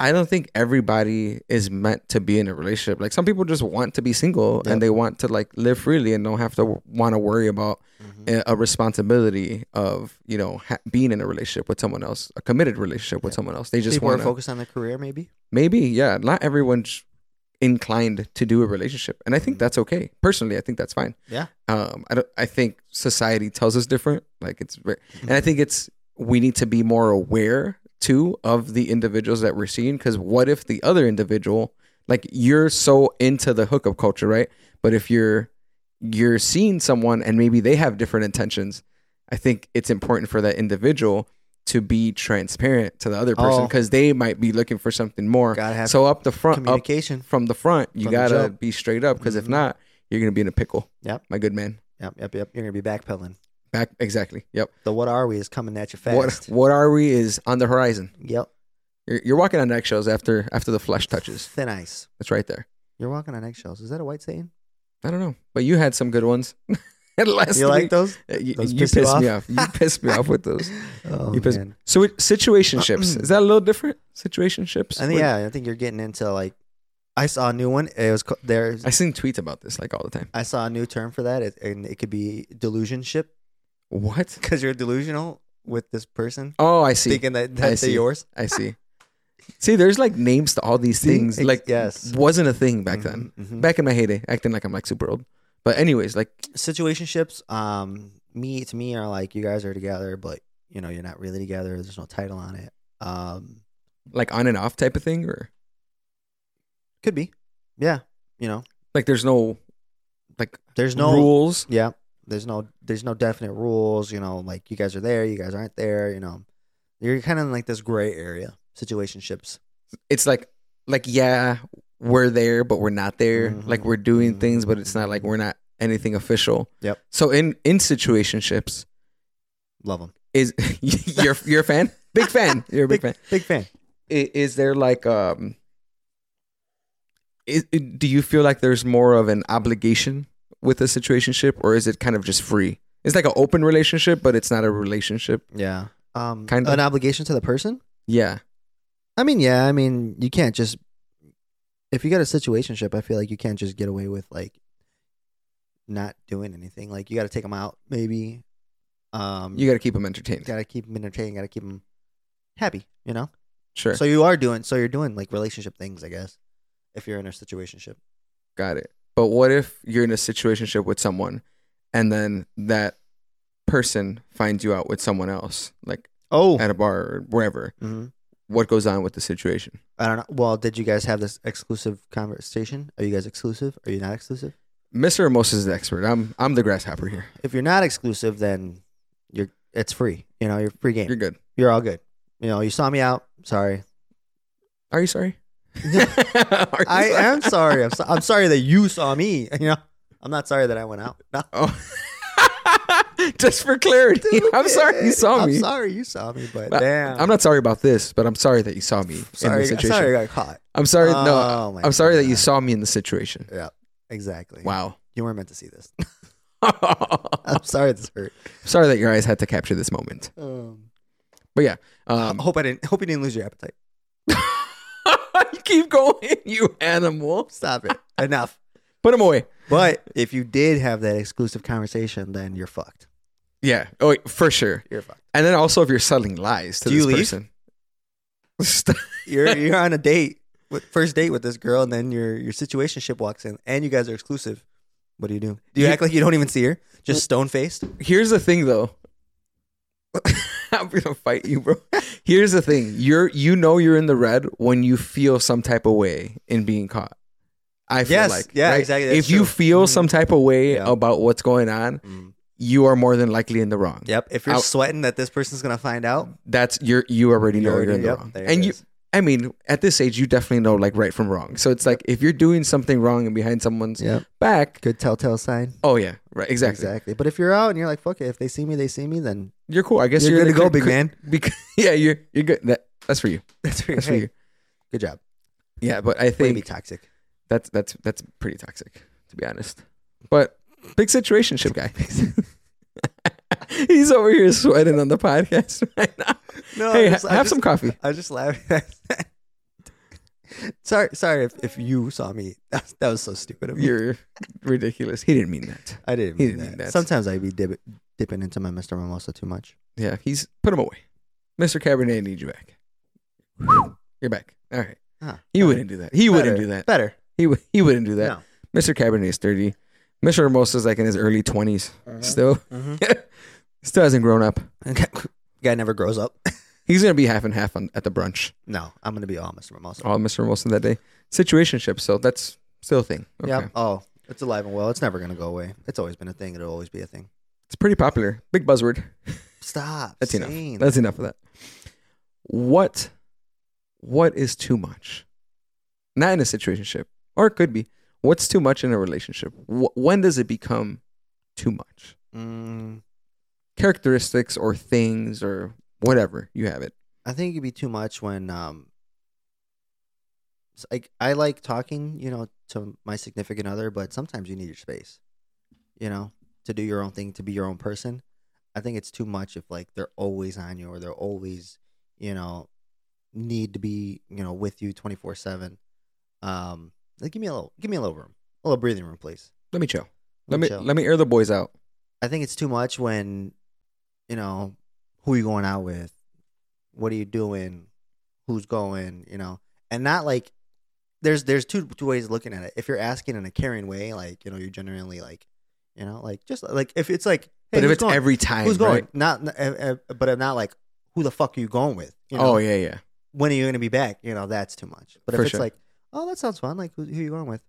Speaker 1: I don't think everybody is meant to be in a relationship. Like some people just want to be single
Speaker 2: Yep.
Speaker 1: and they want to like live freely and don't have to want to worry about
Speaker 2: Mhm.
Speaker 1: a, a responsibility of you know ha- being in a relationship with someone else, a committed relationship with
Speaker 2: Yeah.
Speaker 1: someone else. They just
Speaker 2: people are
Speaker 1: want to
Speaker 2: focused on their career. Maybe
Speaker 1: maybe yeah not everyone's inclined to do a relationship and i think
Speaker 2: Mhm.
Speaker 1: that's okay personally i think that's fine
Speaker 2: Yeah.
Speaker 1: um i don't i think society tells us different like it's very, and
Speaker 2: Mm-hmm.
Speaker 1: i think it's we need to be more aware too of the individuals that we're seeing because what if the other individual like you're so into the hookup culture right but if you're you're seeing someone and maybe they have different intentions i think it's important for that individual to be transparent to the other person
Speaker 2: Oh.
Speaker 1: because they might be looking for something more
Speaker 2: gotta have
Speaker 1: so uh, up the front, up
Speaker 2: communication.
Speaker 1: from the front, you
Speaker 2: From the
Speaker 1: gotta
Speaker 2: jump.
Speaker 1: be straight up because
Speaker 2: Mhm.
Speaker 1: if not, you're gonna be in a pickle.
Speaker 2: Yep.
Speaker 1: my good man.
Speaker 2: Yep, yep, yep. You're gonna be backpedaling.
Speaker 1: Back exactly. Yep.
Speaker 2: The what are we is coming at you fast.
Speaker 1: What what are we is on the horizon.
Speaker 2: Yep,
Speaker 1: You're, you're walking on eggshells after after the flesh touches.
Speaker 2: thin ice.
Speaker 1: That's right there.
Speaker 2: You're walking on eggshells. Is that a white saying?
Speaker 1: I don't know, but you had some good ones. Last
Speaker 2: You like those?
Speaker 1: that? You,
Speaker 2: those
Speaker 1: you
Speaker 2: piss
Speaker 1: pissed
Speaker 2: you
Speaker 1: me
Speaker 2: off?
Speaker 1: off. You pissed me off with those.
Speaker 2: Oh,
Speaker 1: You pissed-
Speaker 2: man.
Speaker 1: So it, situationships is that a little different? Situationships.
Speaker 2: I think yeah. I think you're getting into like. I saw a new one. It was co- there's
Speaker 1: I seen tweets about this like all the time.
Speaker 2: I saw a new term for that, it, and it could be delusionship
Speaker 1: What?
Speaker 2: because you're delusional with this person,
Speaker 1: Oh, I see.
Speaker 2: thinking that that's
Speaker 1: see.
Speaker 2: yours.
Speaker 1: I see. See, there's like names to all these
Speaker 2: See?
Speaker 1: things.
Speaker 2: Ex-
Speaker 1: like,
Speaker 2: yes.
Speaker 1: wasn't a thing back then.
Speaker 2: Mhm, mhm.
Speaker 1: Back in my heyday, acting like I'm like super old. But anyways, like
Speaker 2: Situationships, um, me to me are like you guys are together, but you know, you're not really together. There's no title on it. Um,
Speaker 1: Like on and off type of thing, or
Speaker 2: could be. Yeah. You know,
Speaker 1: like there's no like
Speaker 2: there's no
Speaker 1: rules.
Speaker 2: Yeah. There's no there's no definite rules, you know, like you guys are there, you guys aren't there, you know. You're kind of in like this gray area situationships.
Speaker 1: It's like like yeah, we're there, but we're not there.
Speaker 2: Mhm.
Speaker 1: Like we're doing things, but it's not like we're not anything official.
Speaker 2: Yep.
Speaker 1: So in in situationships,
Speaker 2: Love them.
Speaker 1: is you're you're a fan, big fan. You're a big fan.
Speaker 2: Big fan.
Speaker 1: I- is there like um is, do you feel like there's more of an obligation with a situationship or is it kind of just free it's like an open relationship but it's not a relationship
Speaker 2: Yeah. Um
Speaker 1: Kind of.
Speaker 2: an obligation to the person?
Speaker 1: yeah
Speaker 2: I mean, yeah, I mean, you can't just if you got a situationship, I feel like you can't just get away with like not doing anything. Like you got to take them out maybe. Um
Speaker 1: you got to keep them entertained
Speaker 2: got to keep them entertained, got to keep them happy, you know?
Speaker 1: sure
Speaker 2: So you are doing so you're doing like relationship things, I guess. If you're in a situationship.
Speaker 1: got it but what if you're in a situationship with someone and then that person finds you out with someone else like
Speaker 2: Oh.
Speaker 1: at a bar or wherever
Speaker 2: hmm
Speaker 1: what goes on with the situation
Speaker 2: I don't know. Well, did you guys have this exclusive conversation? Are you guys exclusive? Are you not exclusive?
Speaker 1: mr Moses is the expert i'm i'm the grasshopper here
Speaker 2: If you're not exclusive, then you're it's free. You know, you're free game.
Speaker 1: you're
Speaker 2: You're,
Speaker 1: good
Speaker 2: all good. You know, you saw me out. Sorry.
Speaker 1: Are you sorry? Are you
Speaker 2: I
Speaker 1: sorry?
Speaker 2: am sorry. I'm, so, I'm sorry that you saw me. You know, I'm not sorry that I went out. No.
Speaker 1: Oh. Just for clarity, I'm sorry you saw me.
Speaker 2: I'm
Speaker 1: I'm,
Speaker 2: sorry you saw me, but
Speaker 1: I-
Speaker 2: damn.
Speaker 1: not sorry about this, but I'm sorry that you saw me in
Speaker 2: sorry.
Speaker 1: the situation.
Speaker 2: Sorry I got caught.
Speaker 1: I'm sorry. no,
Speaker 2: Oh, my
Speaker 1: I'm sorry that you
Speaker 2: God.
Speaker 1: saw me in the situation.
Speaker 2: Exactly.
Speaker 1: Wow.
Speaker 2: You weren't meant to see this.
Speaker 1: I'm
Speaker 2: I'm sorry this hurt.
Speaker 1: sorry that your eyes had to capture this moment.
Speaker 2: Um,
Speaker 1: But yeah,
Speaker 2: I
Speaker 1: um,
Speaker 2: hope I didn't. Hope you didn't lose your appetite.
Speaker 1: you keep going, you animal.
Speaker 2: Stop it. Enough.
Speaker 1: Put them away.
Speaker 2: But if you did have that exclusive conversation, then you're fucked.
Speaker 1: Yeah. Oh, wait, for sure.
Speaker 2: You're fucked.
Speaker 1: And then also, if you're selling lies to
Speaker 2: Do
Speaker 1: this
Speaker 2: you leave?
Speaker 1: person, Stop.
Speaker 2: You're you're on a date, with, first date with this girl, and then your your situation ship walks in, and you guys are exclusive. What do you do? Do you,
Speaker 1: You-
Speaker 2: act like you don't even see her? Just stone faced?
Speaker 1: here's the thing though i'm gonna fight you bro here's the thing you're you know you're in the red when you feel some type of way in being caught i feel
Speaker 2: Yes,
Speaker 1: like
Speaker 2: yeah, exactly, that's
Speaker 1: if you
Speaker 2: true.
Speaker 1: feel
Speaker 2: Mhm.
Speaker 1: some type of way
Speaker 2: Yeah.
Speaker 1: about what's going on you are more than likely in the wrong
Speaker 2: Yep. If you're
Speaker 1: I'll-
Speaker 2: sweating that this person's gonna find out,
Speaker 1: that's you're you already know
Speaker 2: already-
Speaker 1: you're in the
Speaker 2: yep,
Speaker 1: wrong
Speaker 2: there it
Speaker 1: and you
Speaker 2: is.
Speaker 1: i mean at this age you definitely know like right from wrong so it's like if you're doing something wrong and behind someone's
Speaker 2: Yep.
Speaker 1: back
Speaker 2: Good telltale sign.
Speaker 1: oh yeah right exactly,
Speaker 2: Exactly. But if you're out and you're like, fuck it, if they see me, they see me, then
Speaker 1: you're cool i guess
Speaker 2: you're,
Speaker 1: you're, in
Speaker 2: good
Speaker 1: the
Speaker 2: to go,
Speaker 1: clear-
Speaker 2: big man.
Speaker 1: because yeah you're you're good that that's for you
Speaker 2: That's
Speaker 1: that's for you
Speaker 2: Good job.
Speaker 1: Yeah, but I
Speaker 2: Way to be
Speaker 1: think
Speaker 2: toxic.
Speaker 1: that's that's that's pretty toxic, to be honest. But big situationship guy. He's over here sweating on the podcast right now.
Speaker 2: No,
Speaker 1: hey,
Speaker 2: I
Speaker 1: ha-
Speaker 2: just- I
Speaker 1: have
Speaker 2: just-
Speaker 1: some coffee.
Speaker 2: I was just laughing. at that. sorry, sorry if, if you saw me. That was, that was so stupid of me.
Speaker 1: You're ridiculous. He didn't mean that.
Speaker 2: I didn't
Speaker 1: he
Speaker 2: mean,
Speaker 1: didn't
Speaker 2: that.
Speaker 1: mean that.
Speaker 2: Sometimes I be dip, dipping into my Mr. Mimosa too much.
Speaker 1: Yeah, he's put him away. Mr. Cabernet I need you back. You're back. All right.
Speaker 2: Ah,
Speaker 1: he wouldn't do that. He wouldn't
Speaker 2: Better-
Speaker 1: do that.
Speaker 2: Better.
Speaker 1: He w- he wouldn't do that.
Speaker 2: No.
Speaker 1: Mr. Cabernet is 30. Mr. Hermosa's like in his early 20s.
Speaker 2: Uh-huh.
Speaker 1: Still still hasn't grown up.
Speaker 2: Okay. Guy never grows up.
Speaker 1: He's going to be half and half on, at the brunch.
Speaker 2: no, I'm gonna be all Mr. Mimosa.
Speaker 1: all Mr. Wilson that day. Situationship, so that's still a thing. Okay.
Speaker 2: Yeah. Oh, it's alive and well. It's never gonna go away. It's always been a thing. It'll always be a thing.
Speaker 1: It's pretty popular. Big buzzword.
Speaker 2: Stop.
Speaker 1: That's enough.
Speaker 2: saying
Speaker 1: That's enough of that. What what is too much? Not in a situationship. Or it could be. What's too much in a relationship? Wh- when does it become too much?
Speaker 2: that. Mm,
Speaker 1: Characteristics or things or whatever you have it.
Speaker 2: I think it'd be too much when um. it's Like I like talking, you know, to my significant other, but sometimes you need your space, you know, to do your own thing, to be your own person. I think it's too much if like they're always on you or they're always, you know, need to be, you know, with you twenty four seven. Um, like give me a little, give me a little room, a little breathing room, please.
Speaker 1: Let me chill. Let me
Speaker 2: chill.
Speaker 1: let me air the boys out.
Speaker 2: I think it's too much when, you know, who you going out with, what are you doing, who's going, you know, and not like there's there's two two ways of looking at it. If you're asking in a caring way, like you know, you're genuinely like, You know, like just like if it's like,
Speaker 1: but
Speaker 2: hey,
Speaker 1: if
Speaker 2: who's
Speaker 1: it's
Speaker 2: going?
Speaker 1: every time,
Speaker 2: who's going?
Speaker 1: right?
Speaker 2: Not, uh, uh, but if not like, who the fuck are you going with? You know?
Speaker 1: Oh yeah, yeah.
Speaker 2: when are you going to be back? You know, that's too much. But
Speaker 1: For
Speaker 2: if it's
Speaker 1: sure.
Speaker 2: like, oh, that sounds fun, like who, who you going with?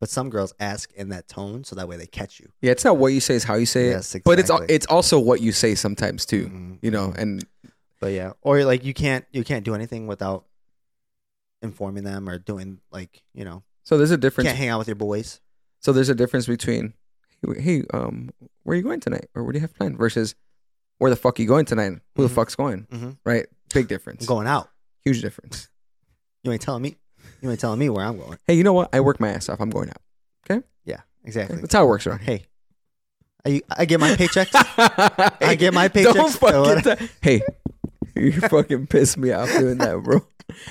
Speaker 2: But some girls ask in that tone, so that way they catch you.
Speaker 1: Yeah, it's not what you say, it's how you say it.
Speaker 2: Yes,
Speaker 1: But it's al-
Speaker 2: exactly.
Speaker 1: it's also what you say sometimes too.
Speaker 2: Mhm.
Speaker 1: You know, and
Speaker 2: But yeah, or like you can't you can't do anything without informing them or doing like you know
Speaker 1: so there's a difference.
Speaker 2: can't hang out with your boys.
Speaker 1: So there's a difference between hey, um, where are you going tonight, or what do you have planned, versus where the fuck you going tonight? Who the
Speaker 2: Mhm.
Speaker 1: fuck's going?
Speaker 2: Mhm.
Speaker 1: Right, big
Speaker 2: I'm
Speaker 1: difference,
Speaker 2: going out.
Speaker 1: huge difference.
Speaker 2: You ain't telling me. You ain't telling me where I'm going.
Speaker 1: Hey, you know what? I work my ass off. I'm going out.
Speaker 2: Yeah, exactly.
Speaker 1: That's how it works around here.
Speaker 2: Hey, I, I get my paychecks.
Speaker 1: I
Speaker 2: get my
Speaker 1: Don't
Speaker 2: paychecks.
Speaker 1: fucking ta- hey, you fucking pissed me off doing that, bro. All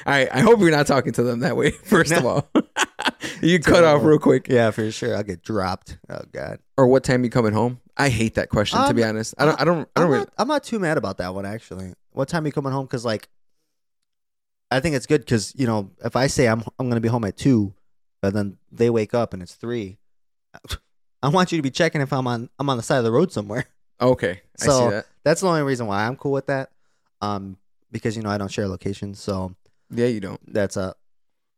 Speaker 1: right, I hope you're not talking to them that way. First of all, you cut off real quick.
Speaker 2: yeah, for sure. I'll get dropped. Oh God.
Speaker 1: or what time you coming home? I hate that question to
Speaker 2: Um,
Speaker 1: be honest. I don't. I don't. I
Speaker 2: I'm
Speaker 1: don't. Really,
Speaker 2: not, I'm not too mad about that one actually. What time you coming home? Because like, I think it's good because you know if I say I'm I'm gonna be home at two, and then they wake up and it's three, I want you to be checking if I'm on I'm on the side of the road somewhere.
Speaker 1: okay, I
Speaker 2: So-
Speaker 1: see that.
Speaker 2: That's the only reason why I'm cool with that, um, because you know I don't share locations, so
Speaker 1: Yeah, you don't.
Speaker 2: that's a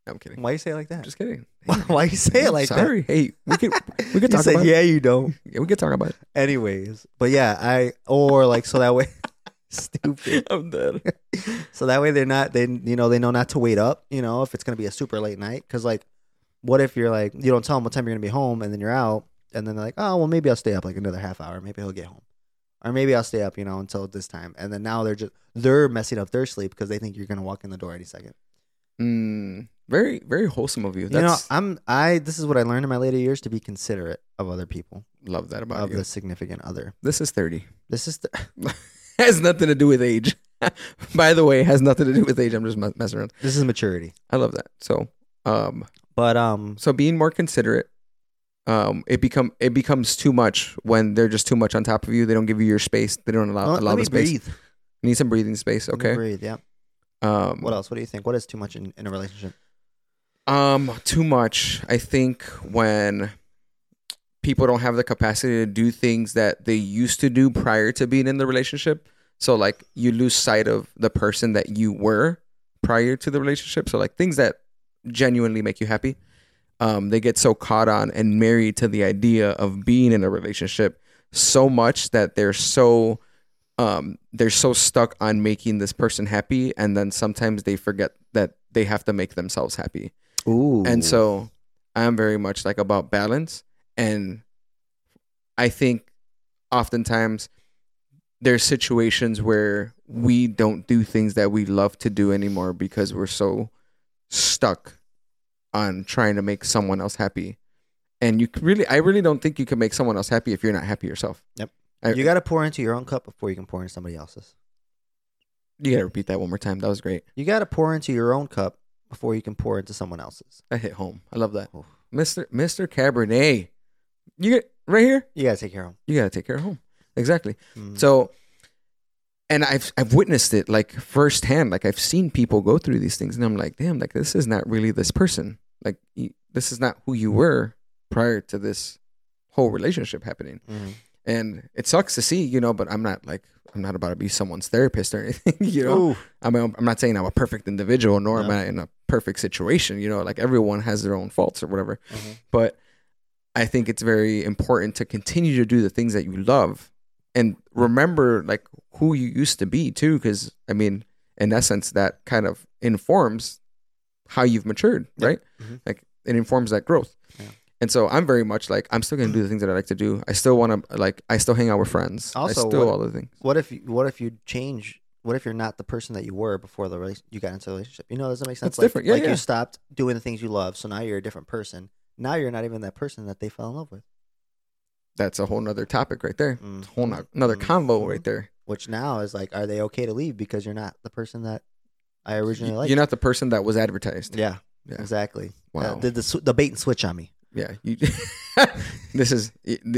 Speaker 1: No, I'm kidding.
Speaker 2: why you say it like that.
Speaker 1: Just kidding.
Speaker 2: why, why you say it like
Speaker 1: Sorry. Hey, we could we
Speaker 2: that?
Speaker 1: could
Speaker 2: You
Speaker 1: talk
Speaker 2: said
Speaker 1: about
Speaker 2: yeah, you don't.
Speaker 1: it. Yeah, we could talk about it.
Speaker 2: Anyways, but yeah, I or like so that way, stupid.
Speaker 1: I'm dead.
Speaker 2: so that way they're not they you know they know not to wait up you know if it's gonna be a super late night because like what if you're like you don't tell them what time you're gonna be home and then you're out and then they're like oh well maybe i'll stay up like another half hour maybe he'll get home or maybe i'll stay up you know until this time and then now they're just they're messing up their sleep because they think you're gonna walk in the door any second
Speaker 1: Mm, very very wholesome of you.
Speaker 2: you know
Speaker 1: That's
Speaker 2: i'm i this is what i learned in my later years to be considerate of other people
Speaker 1: love that about
Speaker 2: of
Speaker 1: you.
Speaker 2: the
Speaker 1: This.
Speaker 2: significant other
Speaker 1: is thirty.
Speaker 2: this is the,
Speaker 1: has nothing to do with age. By the way, has nothing to do with age. I'm just me- messing around.
Speaker 2: this is maturity
Speaker 1: I love that. So, um,
Speaker 2: but um
Speaker 1: so being more considerate um it become it becomes too much when they're just too much on top of you they don't give you your space they don't allow,
Speaker 2: let,
Speaker 1: allow
Speaker 2: let
Speaker 1: the
Speaker 2: me
Speaker 1: space
Speaker 2: breathe
Speaker 1: You need some breathing space
Speaker 2: Let me
Speaker 1: okay
Speaker 2: breathe yeah
Speaker 1: um
Speaker 2: what else what do you think what is too much in, in a relationship
Speaker 1: um too much i think when people don't have the capacity to do things that they used to do prior to being in the relationship so like you lose sight of the person that you were prior to the relationship so like things that genuinely make you happy um, they get so caught on and married to the idea of being in a relationship so much that they're so um, they're so stuck on making this person happy and then sometimes they forget that they have to make themselves happy
Speaker 2: Ooh.
Speaker 1: and so i'm very much like about balance and i think oftentimes there's situations where we don't do things that we love to do anymore because we're so stuck on trying to make someone else happy and you c- really i really don't think you can make someone else happy if you're not happy yourself
Speaker 2: Yep.
Speaker 1: I,
Speaker 2: you got to pour into your own cup before you can pour into somebody else's.
Speaker 1: you gotta repeat that one more time that was great
Speaker 2: You got to pour into your own cup before you can pour into someone else's.
Speaker 1: that hit home i love that
Speaker 2: Oof.
Speaker 1: mr mr cabernet you get right here
Speaker 2: You got to take care of Mm-hmm.
Speaker 1: you gotta take care of home exactly
Speaker 2: them.
Speaker 1: So, and I've I've witnessed it like firsthand. Like I've seen people go through these things, and I'm like, damn, like this is not really this person. Like you, this is not who you were prior to this whole relationship happening.
Speaker 2: Mhm.
Speaker 1: And it sucks to see, you know. But I'm not like I'm not about to be someone's therapist or anything, you know.
Speaker 2: Ooh.
Speaker 1: I mean, I'm not saying I'm a perfect individual, nor am
Speaker 2: No.
Speaker 1: I in a perfect situation. You know, like everyone has their own faults or whatever
Speaker 2: Mhm.
Speaker 1: but I think it's very important to continue to do the things that you love and remember like who you used to be too cuz I mean in essence that kind of informs how you've matured,
Speaker 2: Yep.
Speaker 1: right?
Speaker 2: Mhm.
Speaker 1: Like it informs that growth.
Speaker 2: Yeah.
Speaker 1: And so I'm very much like I'm still going to do the things that I like to do. I still want to like I still hang out with friends.
Speaker 2: Also,
Speaker 1: I still
Speaker 2: what-
Speaker 1: all the things.
Speaker 2: What if you, what if you change? What if you're not the person that you were before the rela- you got into the relationship? You know, does that make sense?
Speaker 1: That's
Speaker 2: like,
Speaker 1: different. Yeah,
Speaker 2: like
Speaker 1: yeah.
Speaker 2: you stopped doing the things you love, so now you're a different person. Now you're not even that person that they fell in love with.
Speaker 1: That's a whole nother topic right there.
Speaker 2: Mm.
Speaker 1: It's a whole not, another
Speaker 2: Mhm.
Speaker 1: convo right there.
Speaker 2: Which now is like, are they okay to leave because you're not the person that I originally liked?
Speaker 1: You're not the person that was advertised.
Speaker 2: Yeah,
Speaker 1: Yeah.
Speaker 2: exactly.
Speaker 1: Wow.
Speaker 2: Uh, did the, sw- the bait and switch on me?
Speaker 1: Yeah, you, this is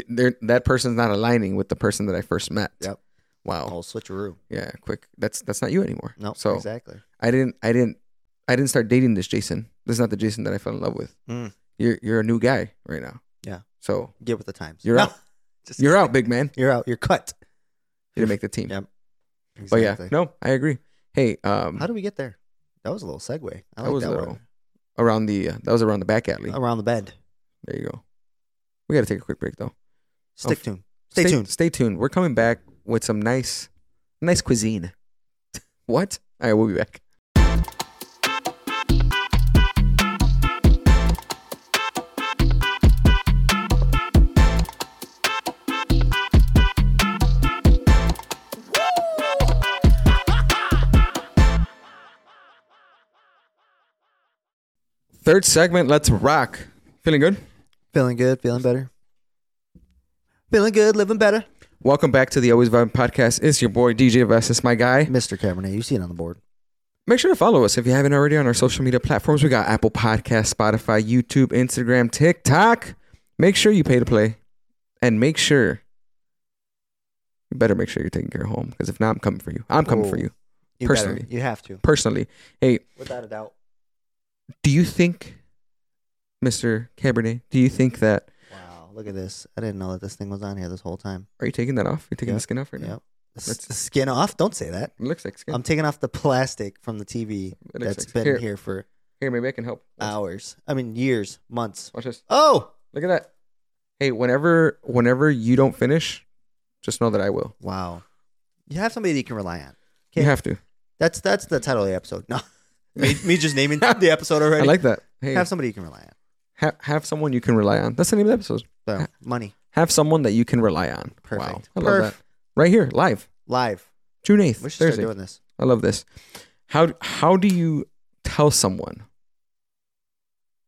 Speaker 1: they're- that person's not aligning with the person that I first met.
Speaker 2: Yep.
Speaker 1: Wow.
Speaker 2: Oh, switcheroo.
Speaker 1: Yeah, quick. That's that's not you anymore.
Speaker 2: No,
Speaker 1: So
Speaker 2: exactly.
Speaker 1: I didn't I didn't I didn't start dating this Jason. This is not the Jason that I fell in love with.
Speaker 2: Mm.
Speaker 1: You're you're a new guy right now.
Speaker 2: Yeah.
Speaker 1: So
Speaker 2: Get with the times.
Speaker 1: you're out.
Speaker 2: Just-
Speaker 1: You're out, big man.
Speaker 2: You're out. You're cut.
Speaker 1: You didn't make the team.
Speaker 2: Yeah,
Speaker 1: But Oh, yeah,
Speaker 2: Exactly.
Speaker 1: no, I agree. Hey, um,
Speaker 2: How did we get there? That was a little segue. I
Speaker 1: That
Speaker 2: like
Speaker 1: was a
Speaker 2: that
Speaker 1: little- Oh,
Speaker 2: one.
Speaker 1: around the uh, that was around the back alley.
Speaker 2: Around the bend.
Speaker 1: There you go. We got to take a quick break though.
Speaker 2: Stick
Speaker 1: f-
Speaker 2: tuned. Stay, tuned.
Speaker 1: Stay tuned. We're coming back with some nice, nice cuisine. what? All right, we'll be back. Third segment, let's rock. Feeling good?
Speaker 2: Feeling good. Feeling better. Feeling good. Living better.
Speaker 1: Welcome back to the Always Vibe Podcast. It's your boy DJ Vestas, my guy.
Speaker 2: Mr. Cabernet, you see it on the board.
Speaker 1: Make sure to follow us if you haven't already on our social media platforms. We got Apple Podcasts, Spotify, YouTube, Instagram, TikTok. Make sure you pay to play. And make sure you better make sure you're taking care of home. Because if not, I'm coming for you. I'm coming for
Speaker 2: Oh.
Speaker 1: you
Speaker 2: You
Speaker 1: Personally.
Speaker 2: better. You have to,
Speaker 1: personally. Hey,
Speaker 2: without a doubt.
Speaker 1: do you think, Mr. Cabernet, do you think that
Speaker 2: Wow, look at this. I didn't know that this thing was on here this whole time.
Speaker 1: are you taking that off? You're taking
Speaker 2: Yeah. Um,
Speaker 1: the skin off right now?
Speaker 2: Yep. S-
Speaker 1: That's-
Speaker 2: skin off. Don't say that.
Speaker 1: It looks like skin.
Speaker 2: I'm taking off the plastic from the TV
Speaker 1: It looks
Speaker 2: that's
Speaker 1: like-
Speaker 2: been
Speaker 1: here,
Speaker 2: here, for
Speaker 1: here, maybe I can help. Watch,
Speaker 2: hours. I mean, years, months.
Speaker 1: watch this.
Speaker 2: Oh,
Speaker 1: Look at that. Hey, whenever whenever you don't finish, just know that I will.
Speaker 2: wow. You have somebody that you can rely on.
Speaker 1: You
Speaker 2: Okay.
Speaker 1: have to.
Speaker 2: That's that's the title of the episode. No, me, me just naming the episode already.
Speaker 1: I like that. Hey,
Speaker 2: Have
Speaker 1: have,
Speaker 2: somebody you can rely on.
Speaker 1: ha- have someone you can rely on. That's the name of the episode.
Speaker 2: So
Speaker 1: Yeah.
Speaker 2: money,
Speaker 1: Have someone that you can rely on.
Speaker 2: perfect,
Speaker 1: Wow, I
Speaker 2: Perf.
Speaker 1: love that. Right here, live
Speaker 2: Live.
Speaker 1: June eighth,
Speaker 2: We should start
Speaker 1: Thursday.
Speaker 2: doing this.
Speaker 1: I love this. How how do you tell someone?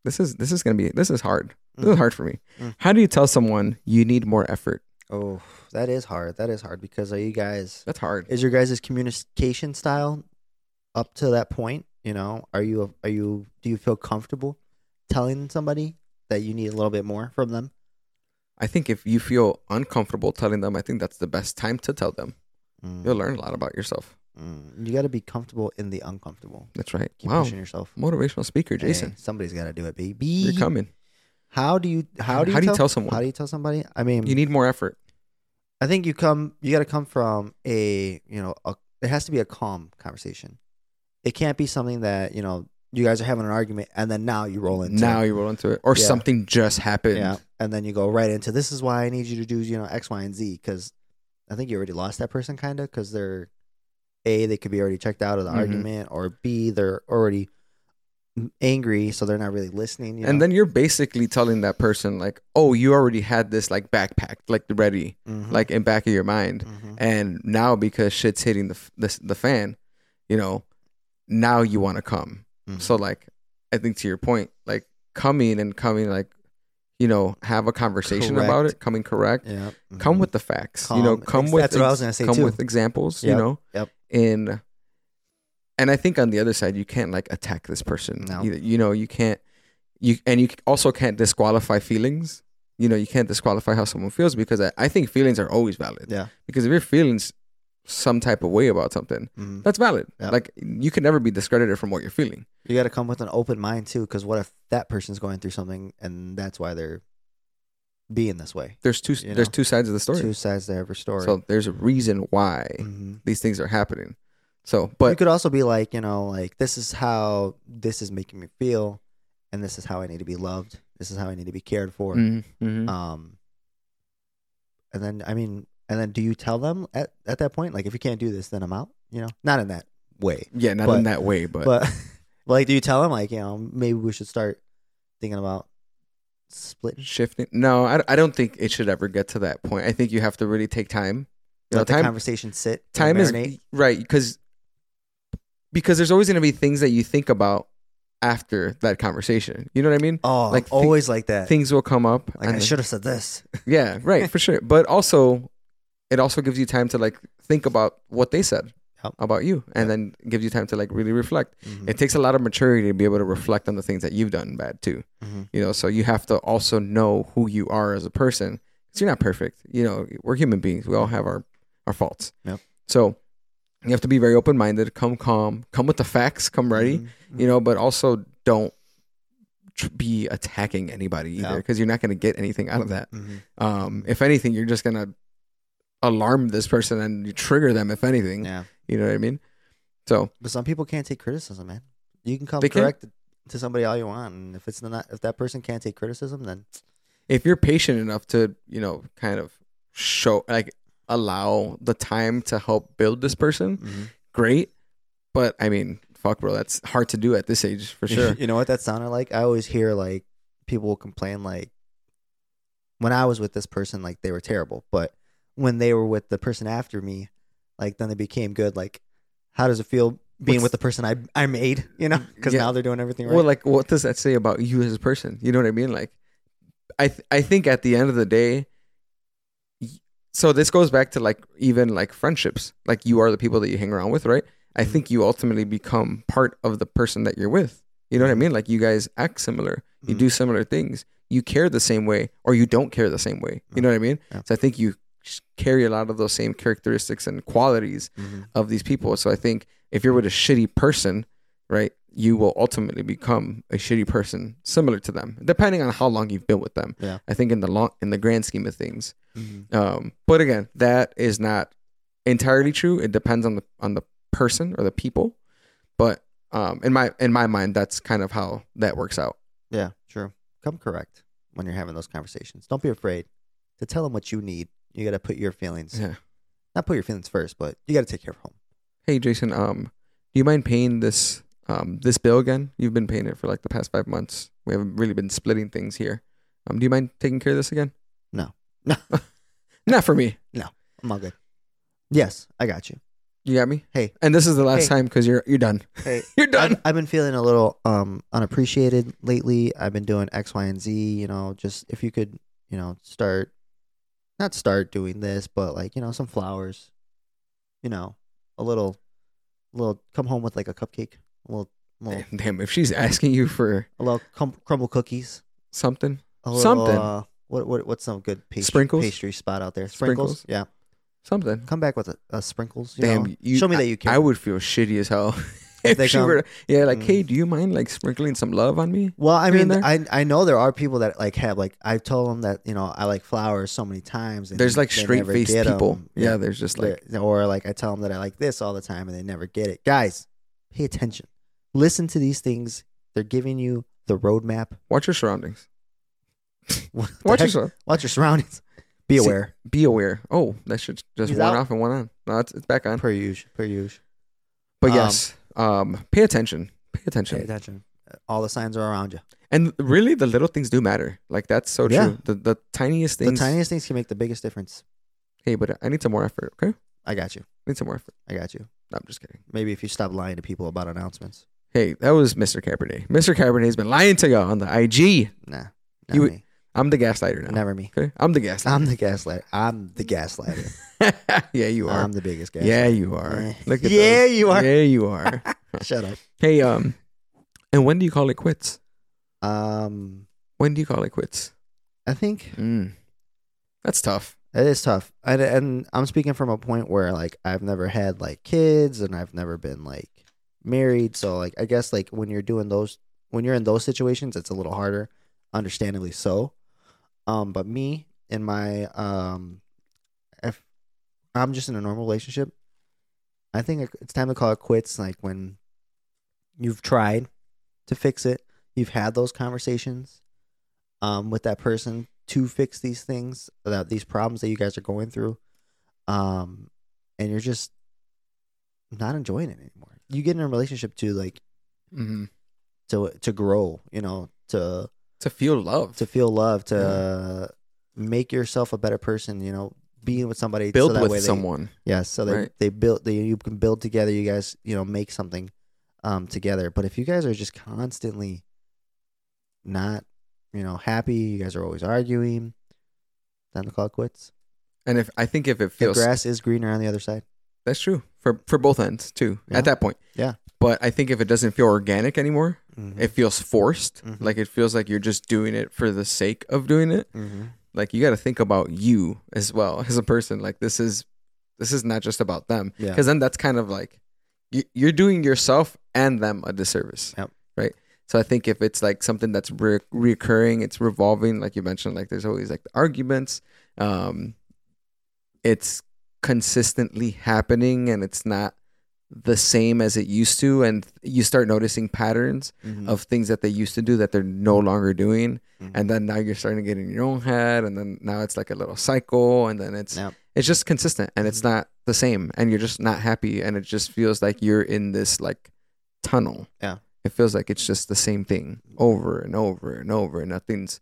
Speaker 1: This is this is gonna be this is hard. This is
Speaker 2: Mm.
Speaker 1: hard for me.
Speaker 2: Mm.
Speaker 1: How do you tell someone you need more effort?
Speaker 2: Oh, that is hard. That is hard because are you guys?
Speaker 1: That's hard.
Speaker 2: is your guys' communication style up to that point you know are you are you do you feel comfortable telling somebody that you need a little bit more from them
Speaker 1: I think if you feel uncomfortable telling them, I think that's the best time to tell them. You'll
Speaker 2: mm.
Speaker 1: learn a lot about yourself.
Speaker 2: Mm. you got to be comfortable in the uncomfortable
Speaker 1: That's right.
Speaker 2: keep
Speaker 1: wow,
Speaker 2: pushing yourself
Speaker 1: motivational speaker, Jason.
Speaker 2: Hey, somebody's got to do it baby
Speaker 1: You're coming.
Speaker 2: how do you how do you,
Speaker 1: How do you
Speaker 2: tell,
Speaker 1: tell someone?
Speaker 2: how do you tell somebody i mean
Speaker 1: You need more effort.
Speaker 2: i think you come you got to come from a you know a, it has to be a calm conversation it can't be something that you know you guys are having an argument and then now you roll into
Speaker 1: now you roll into it, or
Speaker 2: Yeah.
Speaker 1: something just happened.
Speaker 2: Yeah. And then you go right into this is why I need you to do, you know, X, Y, and Z. Cause I think you already lost that person kind of because they're A, they could be already checked out of the
Speaker 1: Mhm.
Speaker 2: argument, or B, they're already m- angry. So they're not really listening. You
Speaker 1: And then you're basically telling that person like, "Oh, you already had this like backpacked, like ready,
Speaker 2: then,
Speaker 1: like in back of your mind,
Speaker 2: Mm-hmm.
Speaker 1: and now because shit's hitting the f- the, s- the fan, you know, now you want to come." So
Speaker 2: Mm-hmm.
Speaker 1: like, I think to your point, like coming and coming, like, you know, have a conversation about
Speaker 2: Correct.
Speaker 1: it, coming correct,
Speaker 2: yeah.
Speaker 1: come
Speaker 2: mhm.
Speaker 1: with the facts, you know,
Speaker 2: Calm.
Speaker 1: come
Speaker 2: Ex-
Speaker 1: with
Speaker 2: that's what I
Speaker 1: ex-
Speaker 2: was gonna say,
Speaker 1: come
Speaker 2: too.
Speaker 1: with examples, you
Speaker 2: Yep,
Speaker 1: know,
Speaker 2: yep.
Speaker 1: in and I think on the other side, you can't like attack this person.
Speaker 2: No.
Speaker 1: Either. You know, you can't, you and you also can't disqualify feelings. You know, you can't disqualify how someone feels because I, I think feelings are always valid.
Speaker 2: Yeah.
Speaker 1: Because if you're feeling s- some type of way about something,
Speaker 2: mhm.
Speaker 1: that's valid.
Speaker 2: Yep.
Speaker 1: Like you can never be discredited from what you're feeling.
Speaker 2: You got to come with an open mind too. Cause what if that person's going through something and that's why they're being this way?
Speaker 1: There's two
Speaker 2: You
Speaker 1: there's
Speaker 2: know,
Speaker 1: two sides of the story.
Speaker 2: Two sides to every story.
Speaker 1: So there's a reason why
Speaker 2: Mhm.
Speaker 1: these things are happening. So,
Speaker 2: you
Speaker 1: but
Speaker 2: could also be like, you know, like this is how this is making me feel, and this is how I need to be loved. This is how I need to be cared for.
Speaker 1: Mhm, mhm.
Speaker 2: Um, and then I mean, and then do you tell them at at that point, like if you can't do this, then I'm out. You know, not in that way,
Speaker 1: yeah, not in
Speaker 2: but-
Speaker 1: that way, but,
Speaker 2: but like, do you tell them like, you know, maybe we should start thinking about splitting?
Speaker 1: shifting. No, I, I don't think it should ever get to that point. I think you have to really take time. You know,
Speaker 2: Let the
Speaker 1: time
Speaker 2: conversation sit. and
Speaker 1: time is
Speaker 2: marinate?
Speaker 1: right because because there's always going to be things that you think about after that conversation. You know what I mean?
Speaker 2: oh,
Speaker 1: like,
Speaker 2: like
Speaker 1: thi-
Speaker 2: always like that.
Speaker 1: Things will come up.
Speaker 2: like I
Speaker 1: and-
Speaker 2: should have said this.
Speaker 1: yeah, right, for sure. But also, it also gives you time to like think about what they said
Speaker 2: Yep.
Speaker 1: about you, and
Speaker 2: Yep.
Speaker 1: then gives you time to like really reflect.
Speaker 2: Mhm,
Speaker 1: It takes a lot of maturity to be able to reflect on the things that you've done bad too.
Speaker 2: mhm.
Speaker 1: you know so you have to also know who you are as a person 'cause you're not perfect you know we're human beings we all have our our faults
Speaker 2: Yep.
Speaker 1: so you have to be very
Speaker 2: Mm-hmm.
Speaker 1: open-minded come calm come with the facts come ready
Speaker 2: Mhm.
Speaker 1: you know but also don't tr- be attacking anybody either
Speaker 2: Yeah.
Speaker 1: because you're not going to get anything out of that.
Speaker 2: Mhm.
Speaker 1: Um, if anything, you're just going to alarm this person and you trigger them, if anything.
Speaker 2: Yeah.
Speaker 1: You know what I mean? So
Speaker 2: But some people can't take criticism, man. You can come
Speaker 1: They can.
Speaker 2: correct to somebody all you want, and if it's not if that person can't take criticism, then
Speaker 1: if you're patient enough to, you know, kind of show, like, allow the time to help build this person, great. But I mean, fuck, bro, that's hard to do at this age for sure.
Speaker 2: you know what that sounded like? I always hear like people will complain like when I was with this person, like they were terrible, but when they were with the person after me, like then they became good. Like, how does it feel being
Speaker 1: What's-
Speaker 2: with the person I I made? You know, because
Speaker 1: Yeah.
Speaker 2: now they're doing everything right.
Speaker 1: Well, like, what does that say about you as a person? You know what I mean? Like, I th- I think at the end of the day, y- so this goes back to like even like friendships. Like, you are the people that you hang around with, right? I
Speaker 2: Mhm.
Speaker 1: think you ultimately become part of the person that you're with. You know what I mean? Like, you guys act similar, you
Speaker 2: Mhm.
Speaker 1: do similar things, you care the same way, or you don't care the same way. You know what I mean?
Speaker 2: Yeah.
Speaker 1: So I think you s- carry a lot of those same characteristics and qualities
Speaker 2: Mhm.
Speaker 1: of these people. So I think if you're with a shitty person, right, you will ultimately become a shitty person similar to them, depending on how long you've been with them.
Speaker 2: Yeah.
Speaker 1: I think in the long in the grand scheme of things.
Speaker 2: Mhm.
Speaker 1: Um, but again, that is not entirely true. It depends on the on the person or the people. But um, in my in my mind, that's kind of how that works out.
Speaker 2: Yeah, true. Come correct when you're having those conversations. Don't be afraid to tell them what you need. You got to put your feelings,
Speaker 1: Yeah.
Speaker 2: not put your feelings first, but you got to take care of home.
Speaker 1: Hey Jason, um, do you mind paying this um this bill again? You've been paying it for like the past five months. We haven't really been splitting things here. Um, do you mind taking care of this again?
Speaker 2: No. No.
Speaker 1: Not for me.
Speaker 2: I'm all good. Yes, I got you.
Speaker 1: You got me.
Speaker 2: Hey.
Speaker 1: and this is the last
Speaker 2: Hey.
Speaker 1: time because you're you're done.
Speaker 2: Hey,
Speaker 1: You're done.
Speaker 2: I've, I've been feeling a little um unappreciated lately. I've been doing X, Y, and Z. You know, just if you could, you know, start, not start doing this, but like you know, some flowers. You know, a little, little. Come home with like a cupcake, a little, little,
Speaker 1: Damn, if she's asking you for
Speaker 2: a little cum- crumble cookies,
Speaker 1: something,
Speaker 2: a little,
Speaker 1: Something.
Speaker 2: Uh, what what what's some good pastry,
Speaker 1: Sprinkles?
Speaker 2: pastry spot out there? Sprinkles.
Speaker 1: Sprinkles.
Speaker 2: Yeah,
Speaker 1: something.
Speaker 2: come back with a, a sprinkles. You
Speaker 1: Damn,
Speaker 2: know?
Speaker 1: you-
Speaker 2: show me that you care.
Speaker 1: I would feel shitty as hell if,
Speaker 2: they
Speaker 1: she
Speaker 2: come-
Speaker 1: were. Yeah, like,
Speaker 2: Mm.
Speaker 1: hey, do you mind like sprinkling some love on me?
Speaker 2: Well, I
Speaker 1: here and
Speaker 2: mean, I I know there are people that like have like I've told them that you know I like flowers so many times. And
Speaker 1: There's like
Speaker 2: they
Speaker 1: straight
Speaker 2: never
Speaker 1: faced
Speaker 2: get 'em.
Speaker 1: people. Yeah. there's just like
Speaker 2: They- or like I tell them that I like this all the time and they never get it. Guys, pay attention. Listen to these things. They're giving you the roadmap.
Speaker 1: watch your surroundings.
Speaker 2: What the
Speaker 1: Watch
Speaker 2: heck?
Speaker 1: your sur-
Speaker 2: watch your surroundings. Be
Speaker 1: See-
Speaker 2: aware.
Speaker 1: be aware. Oh, that should just
Speaker 2: He's
Speaker 1: worn
Speaker 2: out.
Speaker 1: off and one on. No, it's, it's back on.
Speaker 2: per usual. Per usual.
Speaker 1: But
Speaker 2: Um,
Speaker 1: yes, um, pay attention. Pay attention.
Speaker 2: Pay attention. All the signs are around you.
Speaker 1: And really, the little things do matter. Like that's so
Speaker 2: Yeah.
Speaker 1: true. The the tiniest things.
Speaker 2: The tiniest things can make the biggest difference.
Speaker 1: hey, but I need some more effort. Okay,
Speaker 2: I got you.
Speaker 1: need some more effort.
Speaker 2: I got you.
Speaker 1: No, I'm just kidding.
Speaker 2: Maybe if you stop lying to people about announcements.
Speaker 1: Hey, that was Mr. Cabernet. Mr. Cabernet's been lying to y'all on the IG.
Speaker 2: Nah. Not
Speaker 1: You-
Speaker 2: me.
Speaker 1: I'm the gaslighter now.
Speaker 2: Never me.
Speaker 1: Okay, I'm the gaslighter.
Speaker 2: I'm the gaslighter. I'm the gaslighter.
Speaker 1: yeah, you are.
Speaker 2: Uh, I'm the biggest gaslighter.
Speaker 1: yeah, you are.
Speaker 2: Eh.
Speaker 1: Look at
Speaker 2: Yeah,
Speaker 1: those.
Speaker 2: you are.
Speaker 1: Yeah, you are.
Speaker 2: Shut up.
Speaker 1: hey, um, and when do you call it quits?
Speaker 2: Um,
Speaker 1: When do you call it quits?
Speaker 2: I think
Speaker 1: Mm. That's tough.
Speaker 2: it is tough, and, and I'm speaking from a point where like I've never had like kids, and I've never been like married. So like I guess like when you're doing those, when you're in those situations, it's a little harder, understandably so. Um, but me and my um, if I'm just in a normal relationship, I think it's time to call it quits. Like when you've tried to fix it, you've had those conversations um, with that person to fix these things that these problems that you guys are going through, um, and you're just not enjoying it anymore. You get in a relationship to like
Speaker 1: Mm-hmm.
Speaker 2: to to grow, you know, to
Speaker 1: To feel love.
Speaker 2: to feel love, to uh make yourself a better person. You know, being with somebody, so
Speaker 1: build
Speaker 2: that
Speaker 1: with
Speaker 2: way they-
Speaker 1: someone.
Speaker 2: yeah, so they
Speaker 1: Right.
Speaker 2: they build they you can build together. You guys, you know, make something um together. But if you guys are just constantly not, you know, happy, you guys are always arguing. Time to call it quits.
Speaker 1: And if I think if it
Speaker 2: The
Speaker 1: feels
Speaker 2: grass is greener on the other side.
Speaker 1: that's true for for both ends too.
Speaker 2: Yeah.
Speaker 1: At that point,
Speaker 2: Yeah.
Speaker 1: But I think if it doesn't feel organic anymore,
Speaker 2: Mm-hmm.
Speaker 1: it feels forced.
Speaker 2: Mhm.
Speaker 1: Like it feels like you're just doing it for the sake of doing it.
Speaker 2: Mhm.
Speaker 1: Like you got to think about you as well as a person. Like this is this is not just about them
Speaker 2: Yeah.
Speaker 1: because then that's kind of like you, you're doing yourself and them a disservice.
Speaker 2: Yep.
Speaker 1: Right. So I think if it's like something that's re- reoccurring, it's revolving, like you mentioned, like there's always like the arguments. Um, it's consistently happening, and it's not the same as it used to, and you start noticing patterns
Speaker 2: Mhm.
Speaker 1: Mm-hmm. of things that they used to do that they're no longer doing
Speaker 2: Mhm.
Speaker 1: and then now you're starting to get in your own head and then now it's like a little cycle and then it's
Speaker 2: Yep.
Speaker 1: it's just consistent and it's
Speaker 2: Mm-hmm.
Speaker 1: not the same and you're just not happy and it just feels like you're in this like tunnel
Speaker 2: Yeah.
Speaker 1: it feels like it's just the same thing over and over and over and nothing's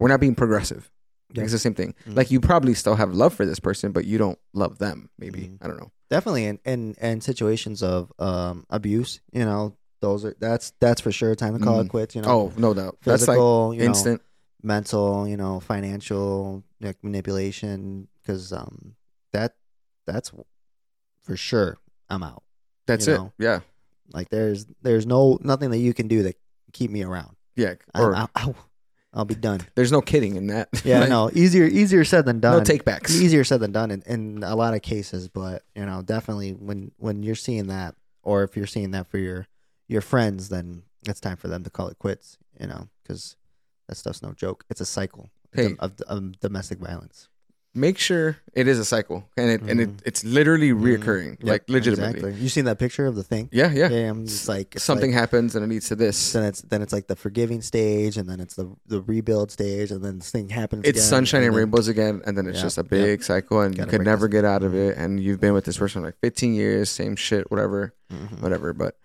Speaker 1: we're not being progressive
Speaker 2: Yeah.
Speaker 1: it's the same thing
Speaker 2: Mhm.
Speaker 1: like you probably still have love for this person but you don't love them maybe
Speaker 2: Mhm.
Speaker 1: i don't know
Speaker 2: definitely and and and situations of um abuse you know those are that's that's for sure time to call it
Speaker 1: Mm.
Speaker 2: quits you know
Speaker 1: oh no doubt that's like
Speaker 2: physical you know
Speaker 1: instant
Speaker 2: mental you know financial like manipulation because um that that's for sure i'm out
Speaker 1: that's
Speaker 2: you
Speaker 1: it
Speaker 2: know.
Speaker 1: yeah
Speaker 2: like there's there's no nothing that you can do that keep me around
Speaker 1: yeah
Speaker 2: I-
Speaker 1: or
Speaker 2: I, I, i'll be done
Speaker 1: there's no kidding in that
Speaker 2: yeah
Speaker 1: Like,
Speaker 2: no easier easier said than done
Speaker 1: no take backs
Speaker 2: easier said than done in, in a lot of cases but you know definitely when when you're seeing that or if you're seeing that for your your friends then it's time for them to call it quits you know because that stuff's no joke it's a cycle
Speaker 1: Hey.
Speaker 2: of, of, of domestic violence
Speaker 1: make sure it is a cycle and it and it,
Speaker 2: Mhm.
Speaker 1: it's literally
Speaker 2: Mhm.
Speaker 1: reoccurring
Speaker 2: Yep,
Speaker 1: like legitimately
Speaker 2: exactly. you seen that picture of the thing
Speaker 1: yeah, yeah
Speaker 2: i'm just like it's
Speaker 1: something
Speaker 2: like-
Speaker 1: happens and it leads to this
Speaker 2: then it's then it's like the forgiving stage and then it's the the rebuild stage and then this thing happens
Speaker 1: it's
Speaker 2: again,
Speaker 1: sunshine and
Speaker 2: then-
Speaker 1: rainbows again and then it's
Speaker 2: Yeah,
Speaker 1: just a
Speaker 2: yeah.
Speaker 1: big cycle and you
Speaker 2: Gotta
Speaker 1: could
Speaker 2: break
Speaker 1: never
Speaker 2: this-
Speaker 1: get out of it and you've been with this person like 15 years same shit whatever
Speaker 2: Mhm.
Speaker 1: whatever but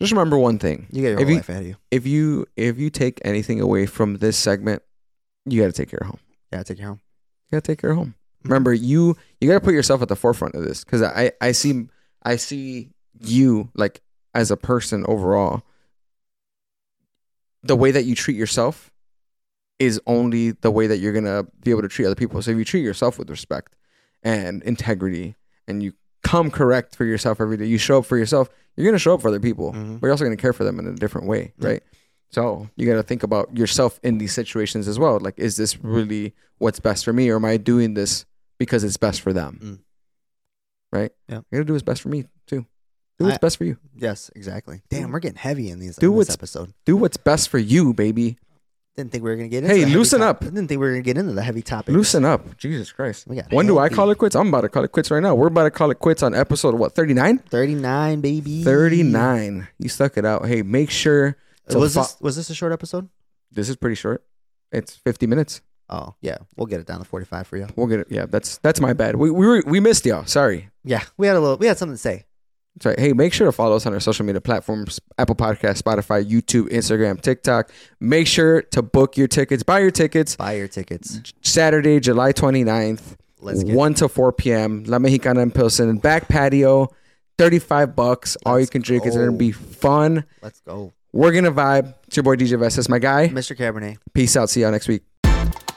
Speaker 1: just remember one thing
Speaker 2: you get your
Speaker 1: If
Speaker 2: whole
Speaker 1: you-
Speaker 2: life out of you
Speaker 1: if you if you take anything away from this segment you got to take care of home
Speaker 2: yeah take your home
Speaker 1: you got to take care of home
Speaker 2: Mm-hmm.
Speaker 1: remember you you got to put yourself at the forefront of this because I I see I see you like as a person overall. The way that you treat yourself is only the way that you're gonna be able to treat other people. So if you treat yourself with respect and integrity, and you come correct for yourself every day, you show up for yourself, you're gonna show up for other people.
Speaker 2: Mhm.
Speaker 1: But you're also gonna care for them in a different way,
Speaker 2: Yeah.
Speaker 1: right? So you gotta think about yourself in these situations as well. Like, is this really what's best for me, or am I doing this because it's best for them?
Speaker 2: Mm.
Speaker 1: Right?
Speaker 2: Yeah.
Speaker 1: You're gonna do what's best for me too. Do what's
Speaker 2: I-
Speaker 1: best for you.
Speaker 2: yes exactly damn we're getting heavy in these
Speaker 1: Do
Speaker 2: in this
Speaker 1: Mm. what's-
Speaker 2: episode
Speaker 1: Do what's best for you, baby.
Speaker 2: Didn't think we were gonna get into.
Speaker 1: Hey,
Speaker 2: the heavy
Speaker 1: loosen
Speaker 2: top-
Speaker 1: up.
Speaker 2: Didn't think we were gonna get into the heavy topic.
Speaker 1: Loosen up. Jesus Christ.
Speaker 2: We got
Speaker 1: When do I
Speaker 2: heavy.
Speaker 1: call it quits? I'm about to call it quits right now. We're about to call it quits on episode what, 39?
Speaker 2: Thirty nine, baby.
Speaker 1: 39. You stuck it out. Hey, make sure to
Speaker 2: Uh, Was
Speaker 1: fo-
Speaker 2: this was this a short episode?
Speaker 1: this is pretty short. It's 50 minutes.
Speaker 2: Oh yeah, we'll get it down to forty five for you.
Speaker 1: We'll get it. Yeah, that's that's my bad. We we, were, we missed y'all. Sorry.
Speaker 2: Yeah, we had a little. We had something to say.
Speaker 1: That's right. Hey, make sure to follow us on our social media platforms Apple Podcast, Spotify, YouTube, Instagram, TikTok. Make sure to book your tickets, buy your tickets.
Speaker 2: Buy your tickets.
Speaker 1: Saturday, July 29th,
Speaker 2: Let's get.
Speaker 1: 1 to 4 p.m. La Mexicana in Pilsen, back patio, 35 bucks. All you
Speaker 2: Let's
Speaker 1: can drink. It's going
Speaker 2: go.
Speaker 1: to be fun.
Speaker 2: Let's go,
Speaker 1: We're going to vibe. It's your boy DJ Vestas, my guy.
Speaker 2: Mr. Cabernet.
Speaker 1: Peace out. See y'all next week.